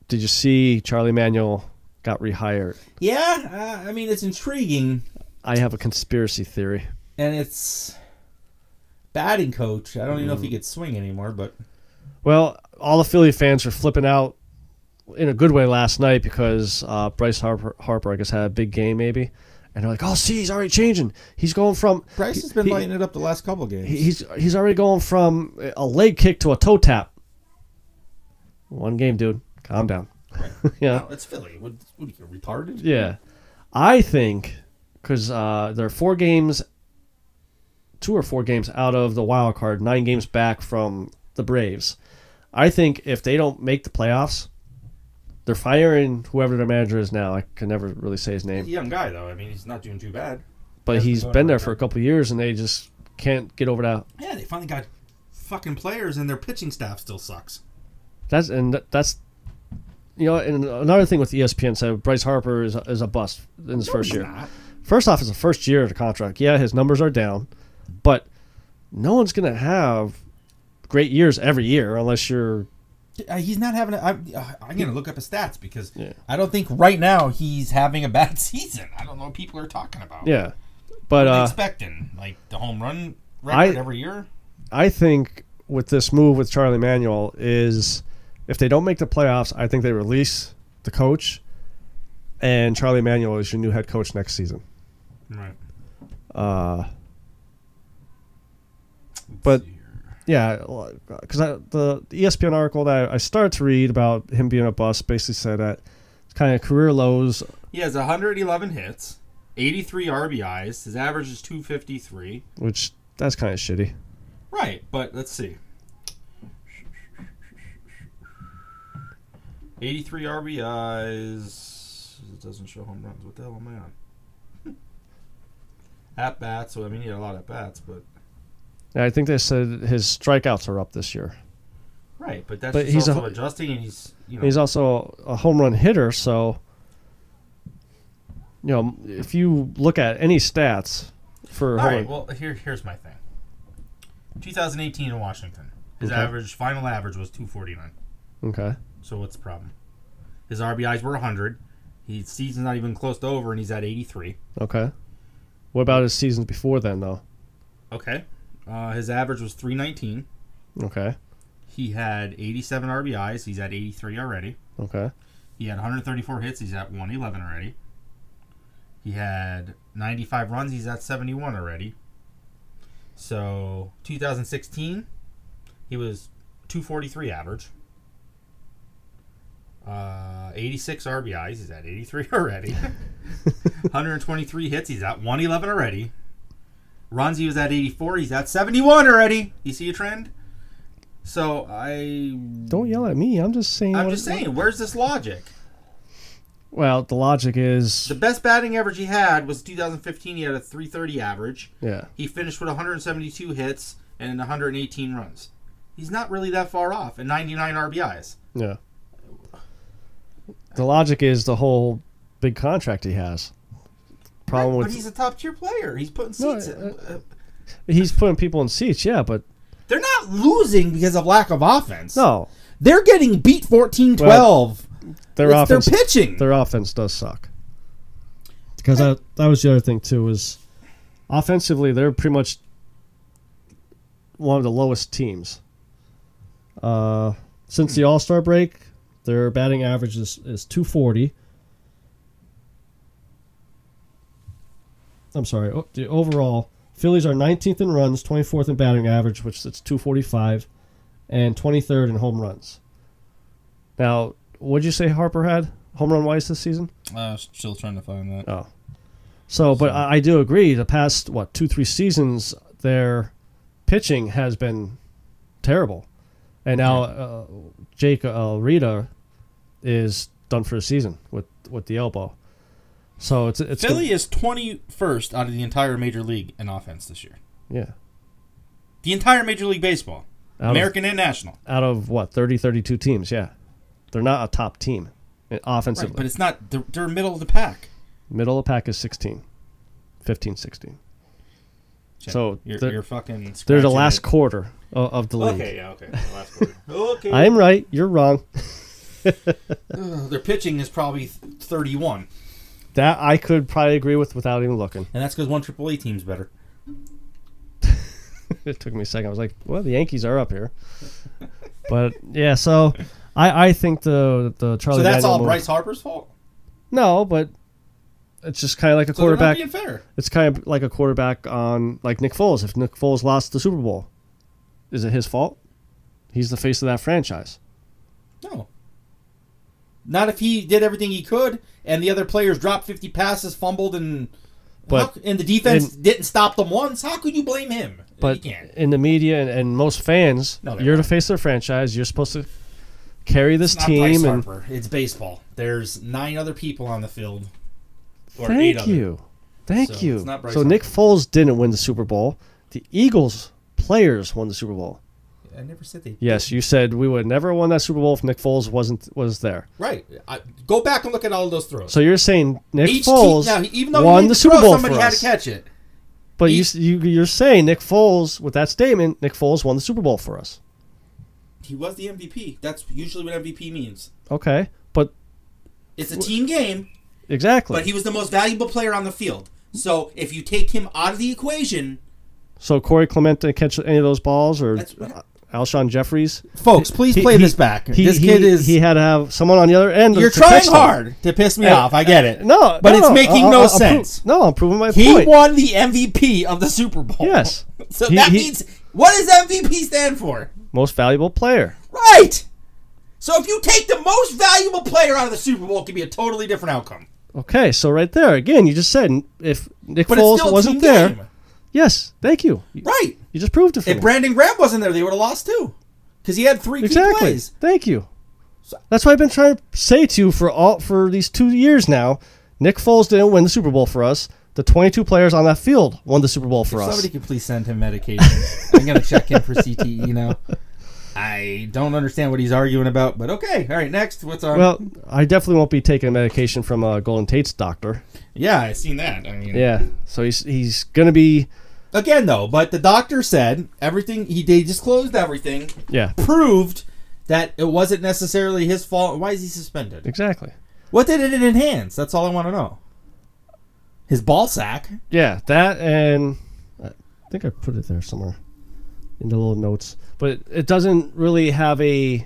S2: Did you see Charlie Manuel got rehired?
S3: yeah. Uh, I mean, it's intriguing,
S2: I have a conspiracy theory.
S3: and it's batting coach. I don't even know if
S2: Mm.
S3: he could swing anymore, but
S2: Well, all the Philly fans were flipping out in a good way last night because uh, Bryce Harper, Harper, I guess, had a big game maybe, and they're like, "Oh, see, he's already changing. He's going from
S3: Bryce has been
S2: he-
S3: lighting it up the last couple of games.
S2: he- he's he's already going from a leg kick to a toe tap." One game, dude. Calm down. yeah,
S3: No, it's Philly. What, what are you retarded?
S2: uh, yeah. I think because uh, they're four games, two or four games out of the wild card, nine games back from the Braves. I think if they don't make the playoffs, they're firing whoever their manager is now. I can never really say his
S3: He's a
S2: name,
S3: young guy though. I mean, he's not doing too bad.
S2: but
S3: That's
S2: he's
S3: going
S2: been there
S3: right
S2: for a
S3: now.
S2: couple years, and they just can't get over that.
S3: Yeah, they finally got fucking players, and their pitching staff still sucks.
S2: That's and that- that's. You know, and another thing with E ESPN said Bryce Harper is a, is a bust in his first year. First off, it's the first year of the contract. Yeah, his numbers are down, but no one's going to have great years every year unless you're.
S3: Uh, he's not having. A, I'm, uh, I'm gonna look up his stats because
S2: Yeah.
S3: I don't think right now he's having a bad season. I don't know what people are talking about.
S2: Yeah.
S3: What are
S2: But
S3: they
S2: uh,
S3: expecting like the home run
S2: I-
S3: record every year.
S2: I think with this move with Charlie Manuel is if they don't make the playoffs, I think they release the coach, and Charlie Manuel is your new head coach next season.
S3: Right.
S2: Uh, But- Yeah, because the, E the ESPN article that I started to read about him being a bust basically said that it's kind of career lows.
S3: he has 111 hits, 83 RBIs. His average is 253.
S2: which that's kind of shitty.
S3: Right, but let's see. 83 RBIs. It doesn't show home runs. What the hell am I on? at bats. So I mean, he had a lot of at bats, but
S2: Yeah, I think they said his strikeouts are up this year.
S3: right. But that's
S2: But
S3: just
S2: he's a-
S3: also adjusting, and he's you know
S2: He's also a home run hitter, so you know if you look at any stats for
S3: All
S2: home
S3: right. Well, here here's my thing. 2018 in Washington, his
S2: Okay.
S3: average final average was 249.
S2: okay,
S3: So what's the problem? His RBIs were 100. His season's not even close to over, and he's at 83.
S2: okay. What about his seasons before then, though?
S3: Okay. Uh, his average was 319.
S2: Okay,
S3: He had 87 RBIs. He's at 83 already.
S2: okay,
S3: He had 134 hits. He's at 111 already. He had 95 runs. He's at 71 already. So 2016, he was
S1: 243 average. Uh, 86 RBIs. He's at 83 already. 123 hits. He's at 111 already. Ronzi was at 84. He's at 71 already. You see a trend? So I,
S2: Don't yell at me. I'm just saying.
S1: I'm
S2: what-
S1: just saying, where's this logic?
S2: Well, the logic is
S1: The best batting average he had was 2015. He had a 330 average.
S2: yeah.
S1: He finished with 172 hits and 118 runs. He's not really that far off, and 99 RBIs.
S2: Yeah. The logic is the whole big contract he has. Problem
S1: Right,
S2: with
S1: but he's a top tier player. He's putting
S2: No, uh,
S1: seats. in.
S2: I- he's putting people in seats, yeah, but
S3: They're not losing because of lack of offense.
S2: no,
S3: They're getting beat 14 12.
S2: their
S3: It's their
S2: offense,
S3: pitching.
S2: their offense does suck. Because that that was the other thing too was, offensively they're pretty much one of the lowest teams. Uh, since the All Star break, their batting average is, is two forty. I'm sorry. o- The overall Phillies are 19th in runs, 24th in batting average, which is 245, and 23rd in home runs. Now, what'd you say Harper had home run wise this season?
S3: Uh, still trying to find that.
S2: Oh. So, but I, I do agree. The past what two, three seasons, their pitching has been terrible, and now uh, Jake Alreda is done for the season with with the elbow. So it's it's
S3: Philly is 21st out of the entire major league in offense this year.
S2: yeah
S3: The entire major league baseball,
S2: out
S3: American and national.
S2: of out of what 30, 32 teams. Yeah, they're not a top team eh, offensively.
S3: Right, but it's not they're, they're middle of the pack.
S2: Middle of pack is 16, 15, 16.
S3: Chip,
S2: So
S3: you're,
S2: they're-
S3: you're fucking.
S2: They're the
S3: scratching
S2: last
S3: it.
S2: quarter of, of the league.
S1: Okay, yeah, okay. The last quarter. okay.
S2: I am right. You're wrong.
S3: Ugh, Uh, their pitching is probably th- 31,
S2: That I could probably agree with without even looking.
S3: and that's because one AAA team's better.
S2: It took me a second. I was like, "Well, the Yankees are up here," but yeah. So I, I think the the Charlie.
S3: so that's
S2: Daniel
S3: all
S2: move-
S3: Bryce Harper's fault.
S2: No, but it's just kind of like a
S3: So they're not
S2: quarterback.
S3: being fair.
S2: It's kind of like a quarterback on like Nick Foles. If Nick Foles lost the Super Bowl, is it his fault? He's the face of that franchise.
S3: No. Not if he did everything he could, and the other players dropped 50 passes, fumbled, and
S2: But-
S3: how- and the defense didn't stop them once. How could you blame him?
S2: But
S3: you can't.
S2: in the media and, and most fans,
S3: No, they're
S2: you're the
S3: not.
S2: face of the franchise. You're supposed to carry this
S3: It's not Bryce
S2: team and
S3: Harper. It's baseball. There's nine other people on the field. Or eight
S2: Thank
S3: other.
S2: you. Thank
S3: So,
S2: you.
S3: it's not Bryce
S2: So
S3: Harper.
S2: Nick Foles didn't win the Super Bowl. The Eagles players won the Super Bowl.
S3: I never said they.
S2: Yes, you said we would never have won that Super Bowl if Nick Foles wasn't was there.
S3: Right. I, go back and look at all those throws.
S2: So you're saying Nick
S3: Each
S2: Foles
S3: team, now, even though he
S2: won
S3: didn't
S2: the Super
S3: throw,
S2: Bowl
S3: somebody
S2: for
S3: had
S2: us.
S3: to catch it.
S2: but you
S3: each-
S2: s- you you're saying Nick Foles with that statement, Nick Foles won the Super Bowl for us.
S3: He was the MVP. That's usually what MVP means.
S2: Okay, but
S3: It's a team game,
S2: exactly.
S3: but he was the most valuable player on the field. So if you take him out of the equation,
S2: so Corey Clement didn't catch any of those balls or
S3: That's what-
S2: uh, Alshon Jeffries.
S3: folks, please
S2: He-
S3: play
S2: he-
S3: this back.
S2: He,
S3: this
S2: he-
S3: kid is.
S2: He had to have someone on the other end.
S3: you're
S2: to
S3: trying
S2: catch them.
S3: hard to piss me off. I get it.
S2: No,
S3: but
S2: no,
S3: it's
S2: no,
S3: making
S2: I- I-
S3: no
S2: I'm pro-
S3: sense.
S2: no, I'm proving my
S3: He
S2: point.
S3: won the MVP of the Super Bowl.
S2: Yes.
S3: So
S2: He-
S3: that
S2: he-
S3: means what does MVP stand for?
S2: most valuable player.
S3: Right. So if you take the most valuable player out of the Super Bowl, it could be a totally different outcome.
S2: Okay, so right there again, you just said n- if Nick
S3: But
S2: Foles
S3: it's still a
S2: wasn't
S3: team
S2: there,
S3: game.
S2: yes, thank you. You
S3: Right.
S2: you just proved it for
S3: If
S2: me.
S3: Brandon Graham wasn't there, they would have lost too, because he had three key
S2: exactly.
S3: plays.
S2: Thank you.
S3: So-
S2: That's what I've been trying to say to you for all for these two years now. Nick Foles didn't win the Super Bowl for us. The 22 players on that field won the Super Bowl for us.
S3: Somebody could please send him medication. I'm gonna check in for CTE now. I don't understand what he's arguing about, but okay. All right, next. What's on?
S2: Well, I definitely won't be taking medication from uh, Golden Tate's doctor.
S3: yeah, I seen that. I mean,
S2: Yeah, so he's he's gonna be
S3: Again, though, but the doctor said everything. He they disclosed everything,
S2: yeah
S3: proved that it wasn't necessarily his fault. Why is he suspended?
S2: exactly
S3: What did it enhance? That's all I want to know. His ball sack.
S2: yeah that and I think I put it there somewhere in the little notes, but it doesn't really have a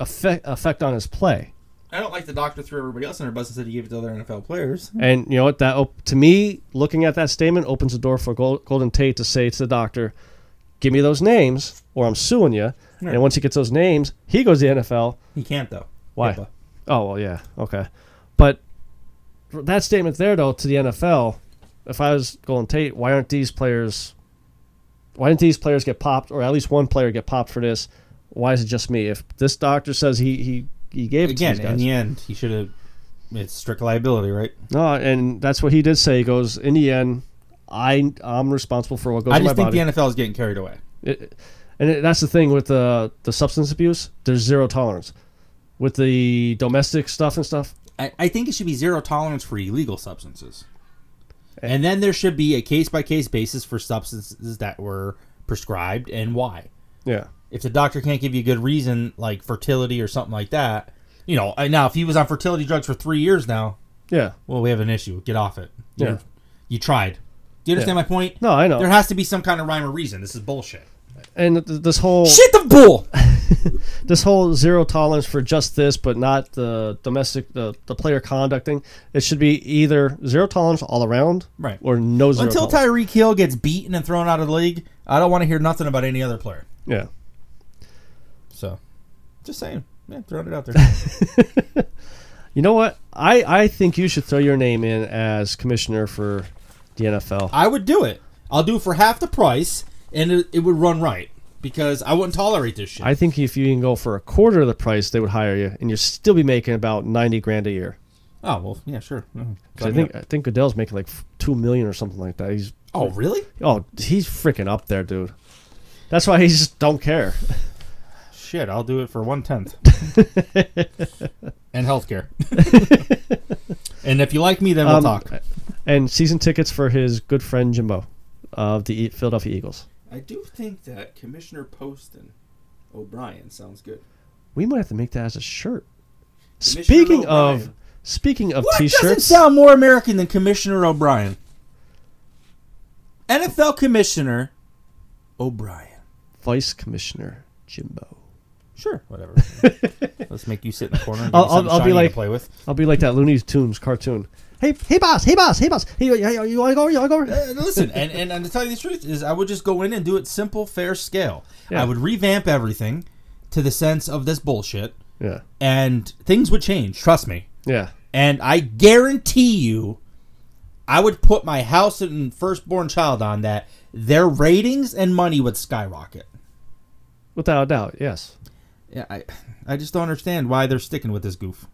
S2: effect effect on his play.
S3: I don't like the doctor threw everybody else in her bus and said he gave it to other NFL players.
S2: And you know what? That op- to me, looking at that statement opens the door for Gol- Golden Tate to say to the doctor, give me those names or I'm suing you.
S3: Yeah.
S2: And once he gets those names, he goes to the NFL.
S3: He can't though.
S2: Why?
S3: HIPAA.
S2: Oh well, yeah, okay, but that statement there though to the NFL, if I was going Tate, why aren't these players? Why didn't these players get popped, or at least one player get popped for this? Why is it just me? If this doctor says he he he gave it
S3: Again,
S2: to
S3: in
S2: these guys,
S3: the end, he should have. It's strict liability, right?
S2: no, and that's what he did say. He goes, in the end, I I'm responsible for what goes
S3: I
S2: in my
S3: just think
S2: body.
S3: the NFL is getting carried away.
S2: It- and it, that's the thing with the the substance abuse. There's zero tolerance with the domestic stuff and stuff.
S3: I, I think it should be zero tolerance for illegal substances.
S2: Eh.
S3: And then there should be a case by case basis for substances that were prescribed and why.
S2: Yeah,
S3: If the doctor can't give you a good reason, like fertility or something like that, you know, I- now if he was on fertility drugs for three years now,
S2: yeah.
S3: well, we have an issue. Get off it.
S2: Yeah.
S3: You're- You tried. Do you understand my point?
S2: No, I know.
S3: There has to be some kind of rhyme or reason. This is bullshit.
S2: and th- this whole
S3: Shit the bull!
S2: this whole zero tolerance for just this, but not the domestic the, the player conduct thing. It should be either zero tolerance all around,
S3: Right.
S2: or no zero
S3: Until
S2: tolerance.
S3: Tyreek Hill gets beaten and thrown out of the league, I don't want to hear nothing about any other player.
S2: yeah,
S3: So, just saying. Yeah, throwing it out there.
S2: you know what? I I think you should throw your name in as commissioner for the NFL.
S3: I would do it. I'll do it for half the price, and it, it would run right because I wouldn't tolerate this shit.
S2: I think if you can go for a quarter of the price, they would hire you, and you'd still be making about ninety grand a year.
S3: oh well, yeah, sure. Mhm.
S2: 'Cause I
S3: Sign me
S2: think
S3: up.
S2: I think Goodell's making like f- two million or something like that. He's
S3: Oh really?
S2: oh he's freaking up there, dude. That's why he just don't care.
S3: Shit, I'll do it for one tenth. and healthcare. and if you like me, then we'll
S2: Um,
S3: talk.
S2: and season tickets for his good friend Jimbo of the E- Philadelphia Eagles.
S4: I do think that Commissioner Poston O'Brien sounds good.
S2: We might have to make that as a shirt.
S4: Commissioner
S2: Speaking of
S4: O'Brien.
S2: speaking of
S3: What doesn't
S2: t-shirts,
S3: sound more American than Commissioner O'Brien? NFL Commissioner O'Brien.
S2: Vice Commissioner Jimbo.
S3: Sure, whatever. Let's make you sit in the corner. And give
S2: I'll-
S3: me something
S2: I'll- I'll be
S3: shiny to
S2: like-
S3: play with.
S2: I'll be like that Looney Tunes cartoon. Hey, hey, boss! Hey, boss! Hey, boss! Hey, you, you, want to go? You want to go? over?
S3: Uh, listen, and, and, and to tell you the truth is I would just go in and do it simple, fair scale.
S2: Yeah.
S3: I would revamp everything to the sense of this bullshit,
S2: Yeah,
S3: and things would change. Trust me.
S2: yeah.
S3: And I guarantee you, I would put my house and firstborn child on that. Their ratings and money would skyrocket.
S2: Without a doubt, yes.
S3: Yeah, I, I just don't understand why they're sticking with this goof.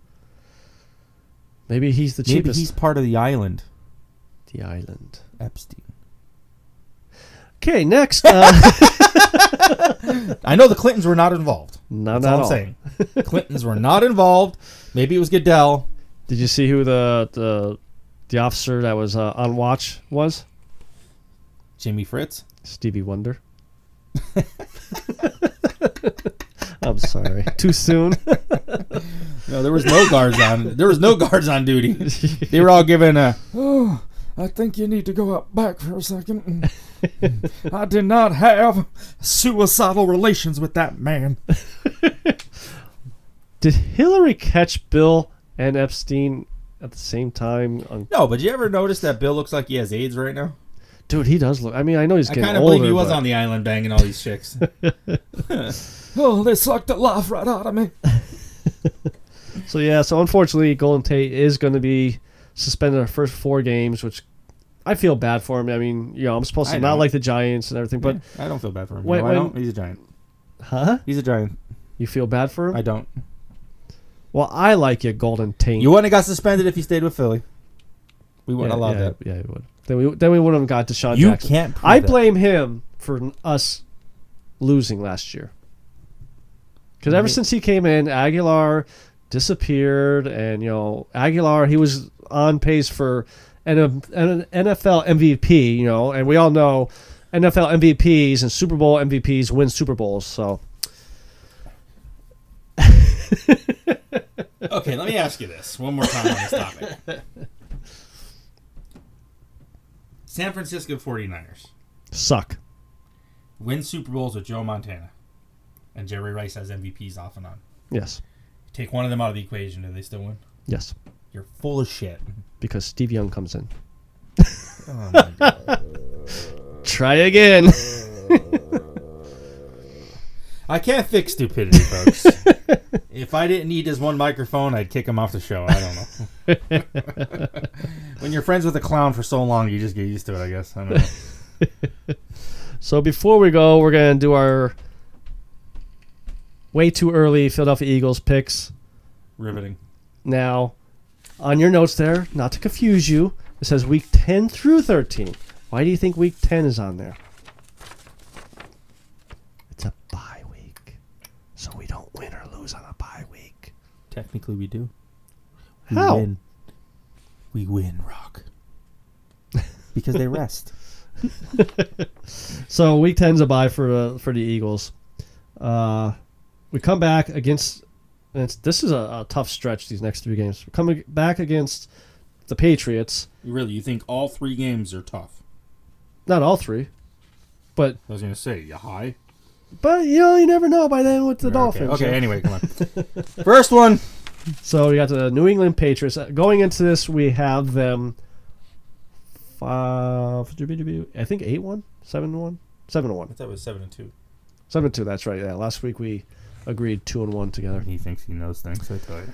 S2: Maybe he's the
S3: Maybe
S2: cheapest.
S3: he's part of the island,
S2: the island.
S3: Epstein.
S2: Okay, next. Uh,
S3: I know the Clintons were not involved.
S2: not
S3: That's
S2: at
S3: all I'm
S2: all.
S3: saying. Clintons were not involved. Maybe it was Goodell.
S2: Did you see who the the the officer that was uh, on watch was?
S3: Jimmy Fritz.
S2: Stevie Wonder. I'm sorry. Too soon.
S3: No, there was no guards on. There was no guards on duty. They were all given a.
S4: Oh, I think you need to go out back for a second. Mm. I did not have suicidal relations with that man.
S2: Did Hillary catch Bill and Epstein at the same time? Um, On,
S3: No, but you ever notice that Bill looks like he has AIDS right now?
S2: dude, he does look. I mean, I know he's
S3: I
S2: getting
S3: kind of
S2: older.
S3: believe he was
S2: but-
S3: on the island banging all these chicks.
S4: Oh, they sucked the life right out of me.
S2: So yeah. So unfortunately, Golden Tate is going to be suspended the first four games, which I feel bad for him. I mean, you know, I'm supposed to
S3: I
S2: not
S3: know.
S2: like the Giants and everything, but
S3: I don't feel bad for him.
S2: When-
S3: no, I
S2: when-
S3: don't. He's a giant.
S2: huh?
S3: He's a giant.
S2: You feel bad for him?
S3: I don't.
S2: well, I like you, Golden Tate.
S3: You wouldn't have got suspended if he stayed with Philly. We wouldn't
S2: yeah,
S3: allow
S2: yeah,
S3: that.
S2: Yeah, you would. Then we then we wouldn't have got Deshaun.
S3: You
S2: Jackson.
S3: can't prove
S2: I
S3: that.
S2: blame him for us losing last year. Because ever
S3: Right.
S2: since he came in, Aguilar disappeared, and you know Aguilar he was on pace for an, an NFL MVP. You know, and we all know NFL MVPs and Super Bowl MVPs win Super Bowls. So
S3: Okay, let me ask you this one more time on this topic. San Francisco 49ers
S2: suck.
S3: win Super Bowls with Joe Montana and Jerry Rice has MVPs off and on.
S2: Yes,
S3: Take one of them out of the equation, do they still win?
S2: yes,
S3: You're full of shit.
S2: because Steve Young comes in.
S3: Oh my God.
S2: Try again.
S3: I can't fix stupidity, folks. if I didn't need his one microphone, I'd kick him off the show. I don't know. when you're friends with a clown for so long, you just get used to it, I guess. I don't know.
S2: So before we go, we're gonna do our way too early Philadelphia Eagles picks
S3: Riveting.
S2: now. On your notes there, not to confuse you, it says week ten through thirteen. Why do you think week ten is on there? It's a bye week, so we don't win or lose on a bye week.
S3: Technically, we do. We
S2: How?
S3: Win. We win, Rock. Because they rest.
S2: So week 10's a bye for uh, for the Eagles. Uh, we come back against. And it's, this is a, a tough stretch. These next three games. We're coming back against the Patriots.
S1: Really, you think all three games are tough?
S2: Not all three, but
S1: I was gonna say you high.
S2: but you know you never know by then with the Dolphins.
S3: Okay,
S2: right?
S3: anyway, come on. First one.
S2: So we got the New England Patriots. Uh, Going into this, we have them five. I think eight one, seven one, seven one,
S3: thought it was 7 and 2.
S2: seven two. That's right. Yeah, last week we agreed two and one together.
S3: He thinks he knows things, I tell you.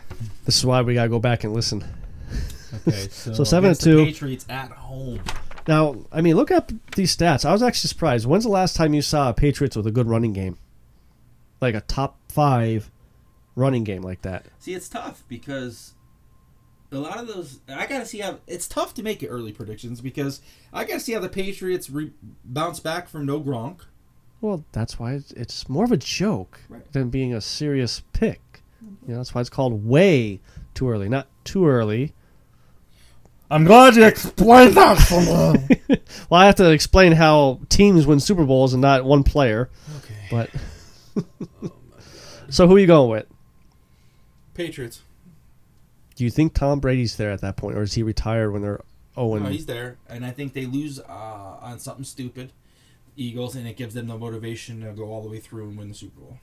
S2: This is why we gotta go back and listen.
S3: Okay, so,
S2: So seven and two.
S3: Patriots at home.
S2: Now, I mean, look up these stats. I was actually surprised. When's the last time you saw a Patriots with a good running game? Like a top five running game like that.
S1: See, it's tough because a lot of those. I gotta see how
S3: It's tough to make early predictions because I got to see how the Patriots re- bounce back from no Gronk.
S2: Well, that's why it's- it's more of a joke
S3: Right.
S2: than being a serious pick. You know, that's why it's called way too early. Not too early.
S3: I'm glad you explained that for me.
S2: Well, I have to explain how teams win Super Bowls and not one player.
S3: okay.
S2: But so, who are you going with?
S3: Patriots.
S2: Do you think Tom Brady's there at that point, or is he retired when they're zero
S3: No,
S2: and
S3: he's there, and I think they lose uh, on something stupid, Eagles, and it gives them the motivation to go all the way through and win the Super Bowl.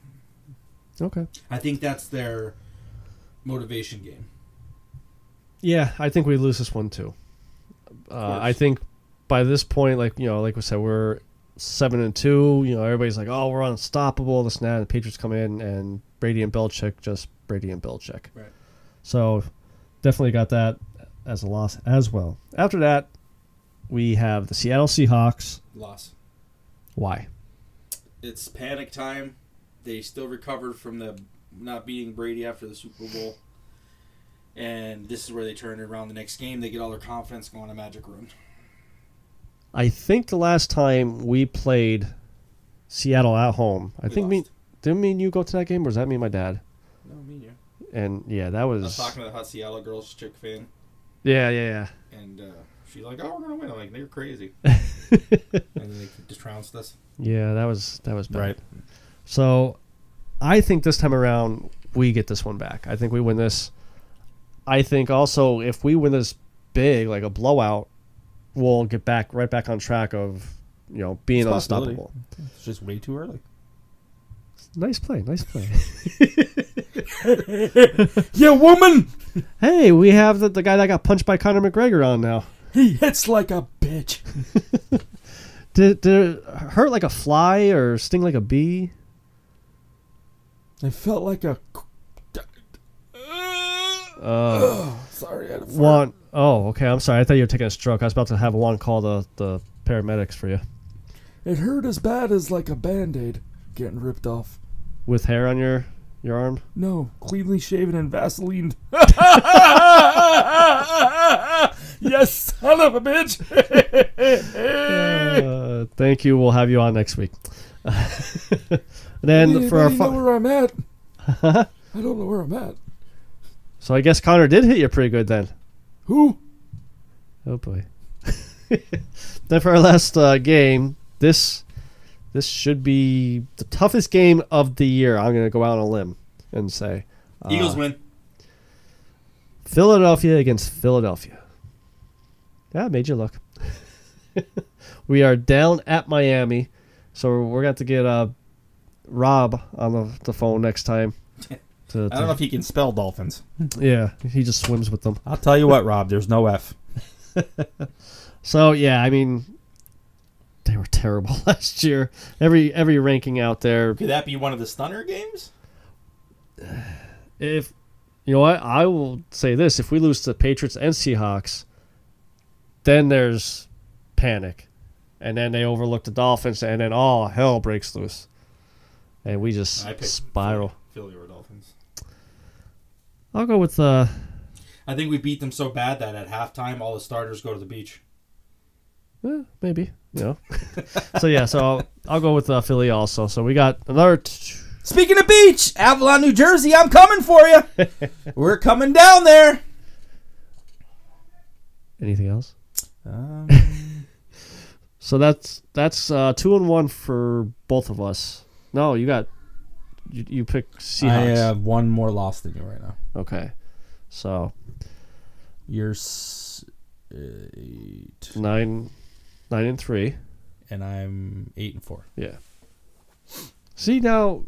S2: okay?
S3: I think that's their motivation game.
S2: Yeah, I think we lose this one too. Uh, I think by this point, like you know, like we said, we're seven and two. You know, everybody's like, "Oh, we're unstoppable." This and that. And the Patriots come in, and Brady and Belichick just Brady and Belichick.
S3: Right.
S2: So definitely got that as a loss as well. After that, we have the Seattle Seahawks.
S3: Loss.
S2: Why?
S3: It's panic time. They still recovered from the not beating Brady after the Super Bowl. And this is where they turn it around the next game. They get all their confidence going to Magic Room.
S2: I think the last time we played Seattle at home, I
S3: We
S2: think me
S3: lost.
S2: didn't mean you go to that game, or was that me and my dad?
S3: No, me neither.
S2: And yeah, that
S3: I
S2: was
S3: was talking to the hot Seattle girls chick fan,
S2: yeah, yeah, yeah.
S3: and uh, she's like, "Oh, we're gonna win." I'm like, "They're crazy," and then they just trounced us.
S2: Yeah, that was that was bad.
S1: Right.
S2: So, I think this time around we get this one back. I think we win this. I think also if we win this big, like a blowout, we'll get back right back on track of you know being
S3: It's a possibility.
S2: unstoppable.
S3: It's just way too early.
S2: Nice play, nice play.
S4: Yeah, woman!
S2: hey, we have the, the guy that got punched by Conor McGregor on now.
S4: He hits like a bitch.
S2: Did, did it hurt like a fly or sting like a bee?
S4: I felt like a.
S2: Uh,
S4: Sorry, I had a fart.
S2: Juan. Oh, okay. I'm sorry. I thought you were taking a stroke. I was about to have Juan call the the paramedics for you
S4: It hurt as bad as like a band aid getting ripped off.
S2: with hair on your your arm.
S4: No, cleanly shaven and Vaseline. yes, son of a bitch.
S2: Uh, thank you. We'll have you on next week. and then for
S4: I
S2: our
S4: don't
S2: fi-
S4: know where I'm at. I don't know where I'm at.
S2: so I guess Connor did hit you pretty good then.
S4: Who?
S2: Oh boy. then for our last uh, game, this this should be the toughest game of the year. I'm going to go out on a limb and say
S3: Uh,
S2: uh,
S1: Eagles win.
S2: Philadelphia against Philadelphia. Yeah, I made you look. we are down at Miami, so we're going to have to get uh, Rob on the, the phone next time. to-
S3: I don't know if he can spell dolphins.
S2: Yeah, he just swims with them.
S3: I'll tell you what, Rob. There's no F.
S2: So yeah, I mean, they were terrible last year. Every every ranking out there,
S3: Could that be one of the stunner games?
S2: if you know what, I will say this: if we lose to the Patriots and Seahawks, then there's panic, and then they overlook the Dolphins, and then all hell breaks loose, and we just
S3: I picked
S2: spiral.
S3: Philly or Dolphins.
S2: I'll go with uh,
S3: I think we beat them so bad that at halftime, all the starters go to the beach.
S2: eh, maybe you know. so yeah, so I'll, I'll go with uh, Philly also. So we got another. T-
S3: Speaking of beach, Avalon, New Jersey, I'm coming for you. We're coming down there.
S2: anything else?
S3: Um,
S2: So that's that's uh, two and one for both of us. No, you got you, you pick
S3: I uh,
S2: Seahawks.
S3: have one more loss than you right now.
S2: Okay, so
S3: You're s- eight,
S2: nine nine and three.
S3: and I'm eight and four.
S2: Yeah. See now,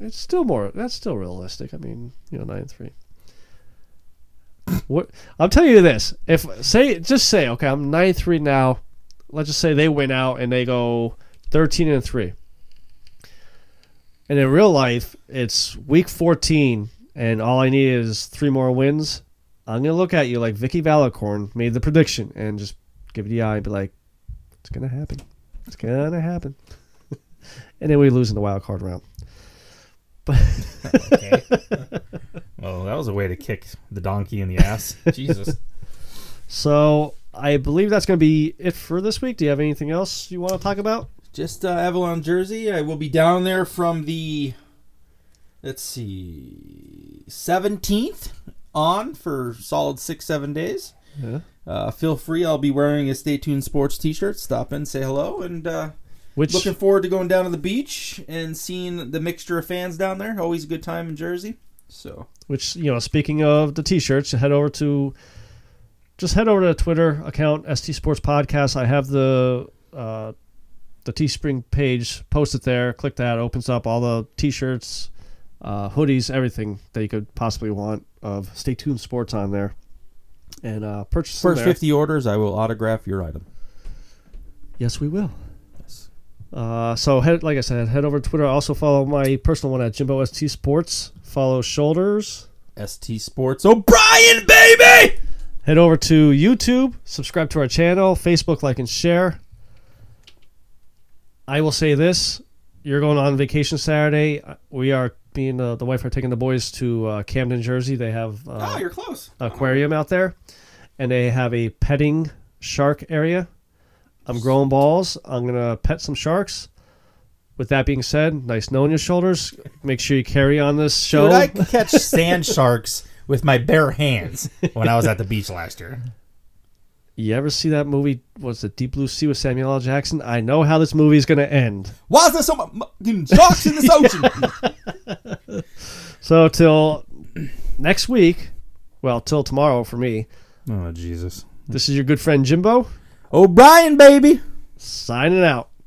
S2: it's still more. That's still realistic. I mean, you know, nine and three. What I'm telling you this: if say just say okay, I'm nine and three now. Let's just say they win out and they go thirteen and three. And in real life, it's week fourteen, and all I need is three more wins. I'm gonna look at you like Vicky Valacorn made the prediction and just give you the eye and be like, "It's gonna happen. It's gonna happen." and then we lose in the wild card round.
S3: Okay. well, that was a way to kick the donkey in the ass. Jesus.
S2: So I believe that's going to be it for this week. Do you have anything else you want to talk about?
S3: Just uh, Avalon, Jersey. I will be down there from the, let's see, 17th on for solid six, seven days.
S2: Yeah.
S3: Uh, feel free. I'll be wearing a Stay Tuned Sports t shirt. Stop in, say hello, and uh,
S2: Which
S3: looking forward to going down to the beach and seeing the mixture of fans down there. Always a good time in Jersey. So,
S2: which you know speaking of the t-shirts head over to just head over to the twitter account st sports podcast i have the uh, the teespring page posted there click that opens up all the t-shirts uh, hoodies everything that you could possibly want of stay tuned sports on there and uh purchase them
S3: first
S2: there.
S3: 50 orders, I will autograph your item.
S2: yes we will
S3: Yes.
S2: Uh, so head, like I said, head over to Twitter. Also follow my personal one at Jimbo ST Sports. Follow Shoulders.
S3: ST Sports O'Brien, baby!
S2: Head over to YouTube. Subscribe to our channel. Facebook, like and share. I will say this: You're going on vacation Saturday. Uh, We are being uh, the wife are taking the boys to uh, Camden, Jersey. They have uh,
S3: oh, you're close.
S2: aquarium out there, and they have a petting shark area. I'm growing balls. I'm gonna pet some sharks. With that being said, nice knowing your shoulders. Make sure you carry on this show.
S3: Dude, I could catch sand sharks with my bare hands when I was at the beach last year.
S2: you ever see that movie? Was it Deep Blue Sea with Samuel L. Jackson? I know how this movie is gonna end.
S3: Why is there so much sharks in this ocean?
S2: So till next week, well, till tomorrow for me.
S3: oh, Jesus.
S2: This is your good friend Jimbo
S3: O'Brien, baby!
S2: signing out.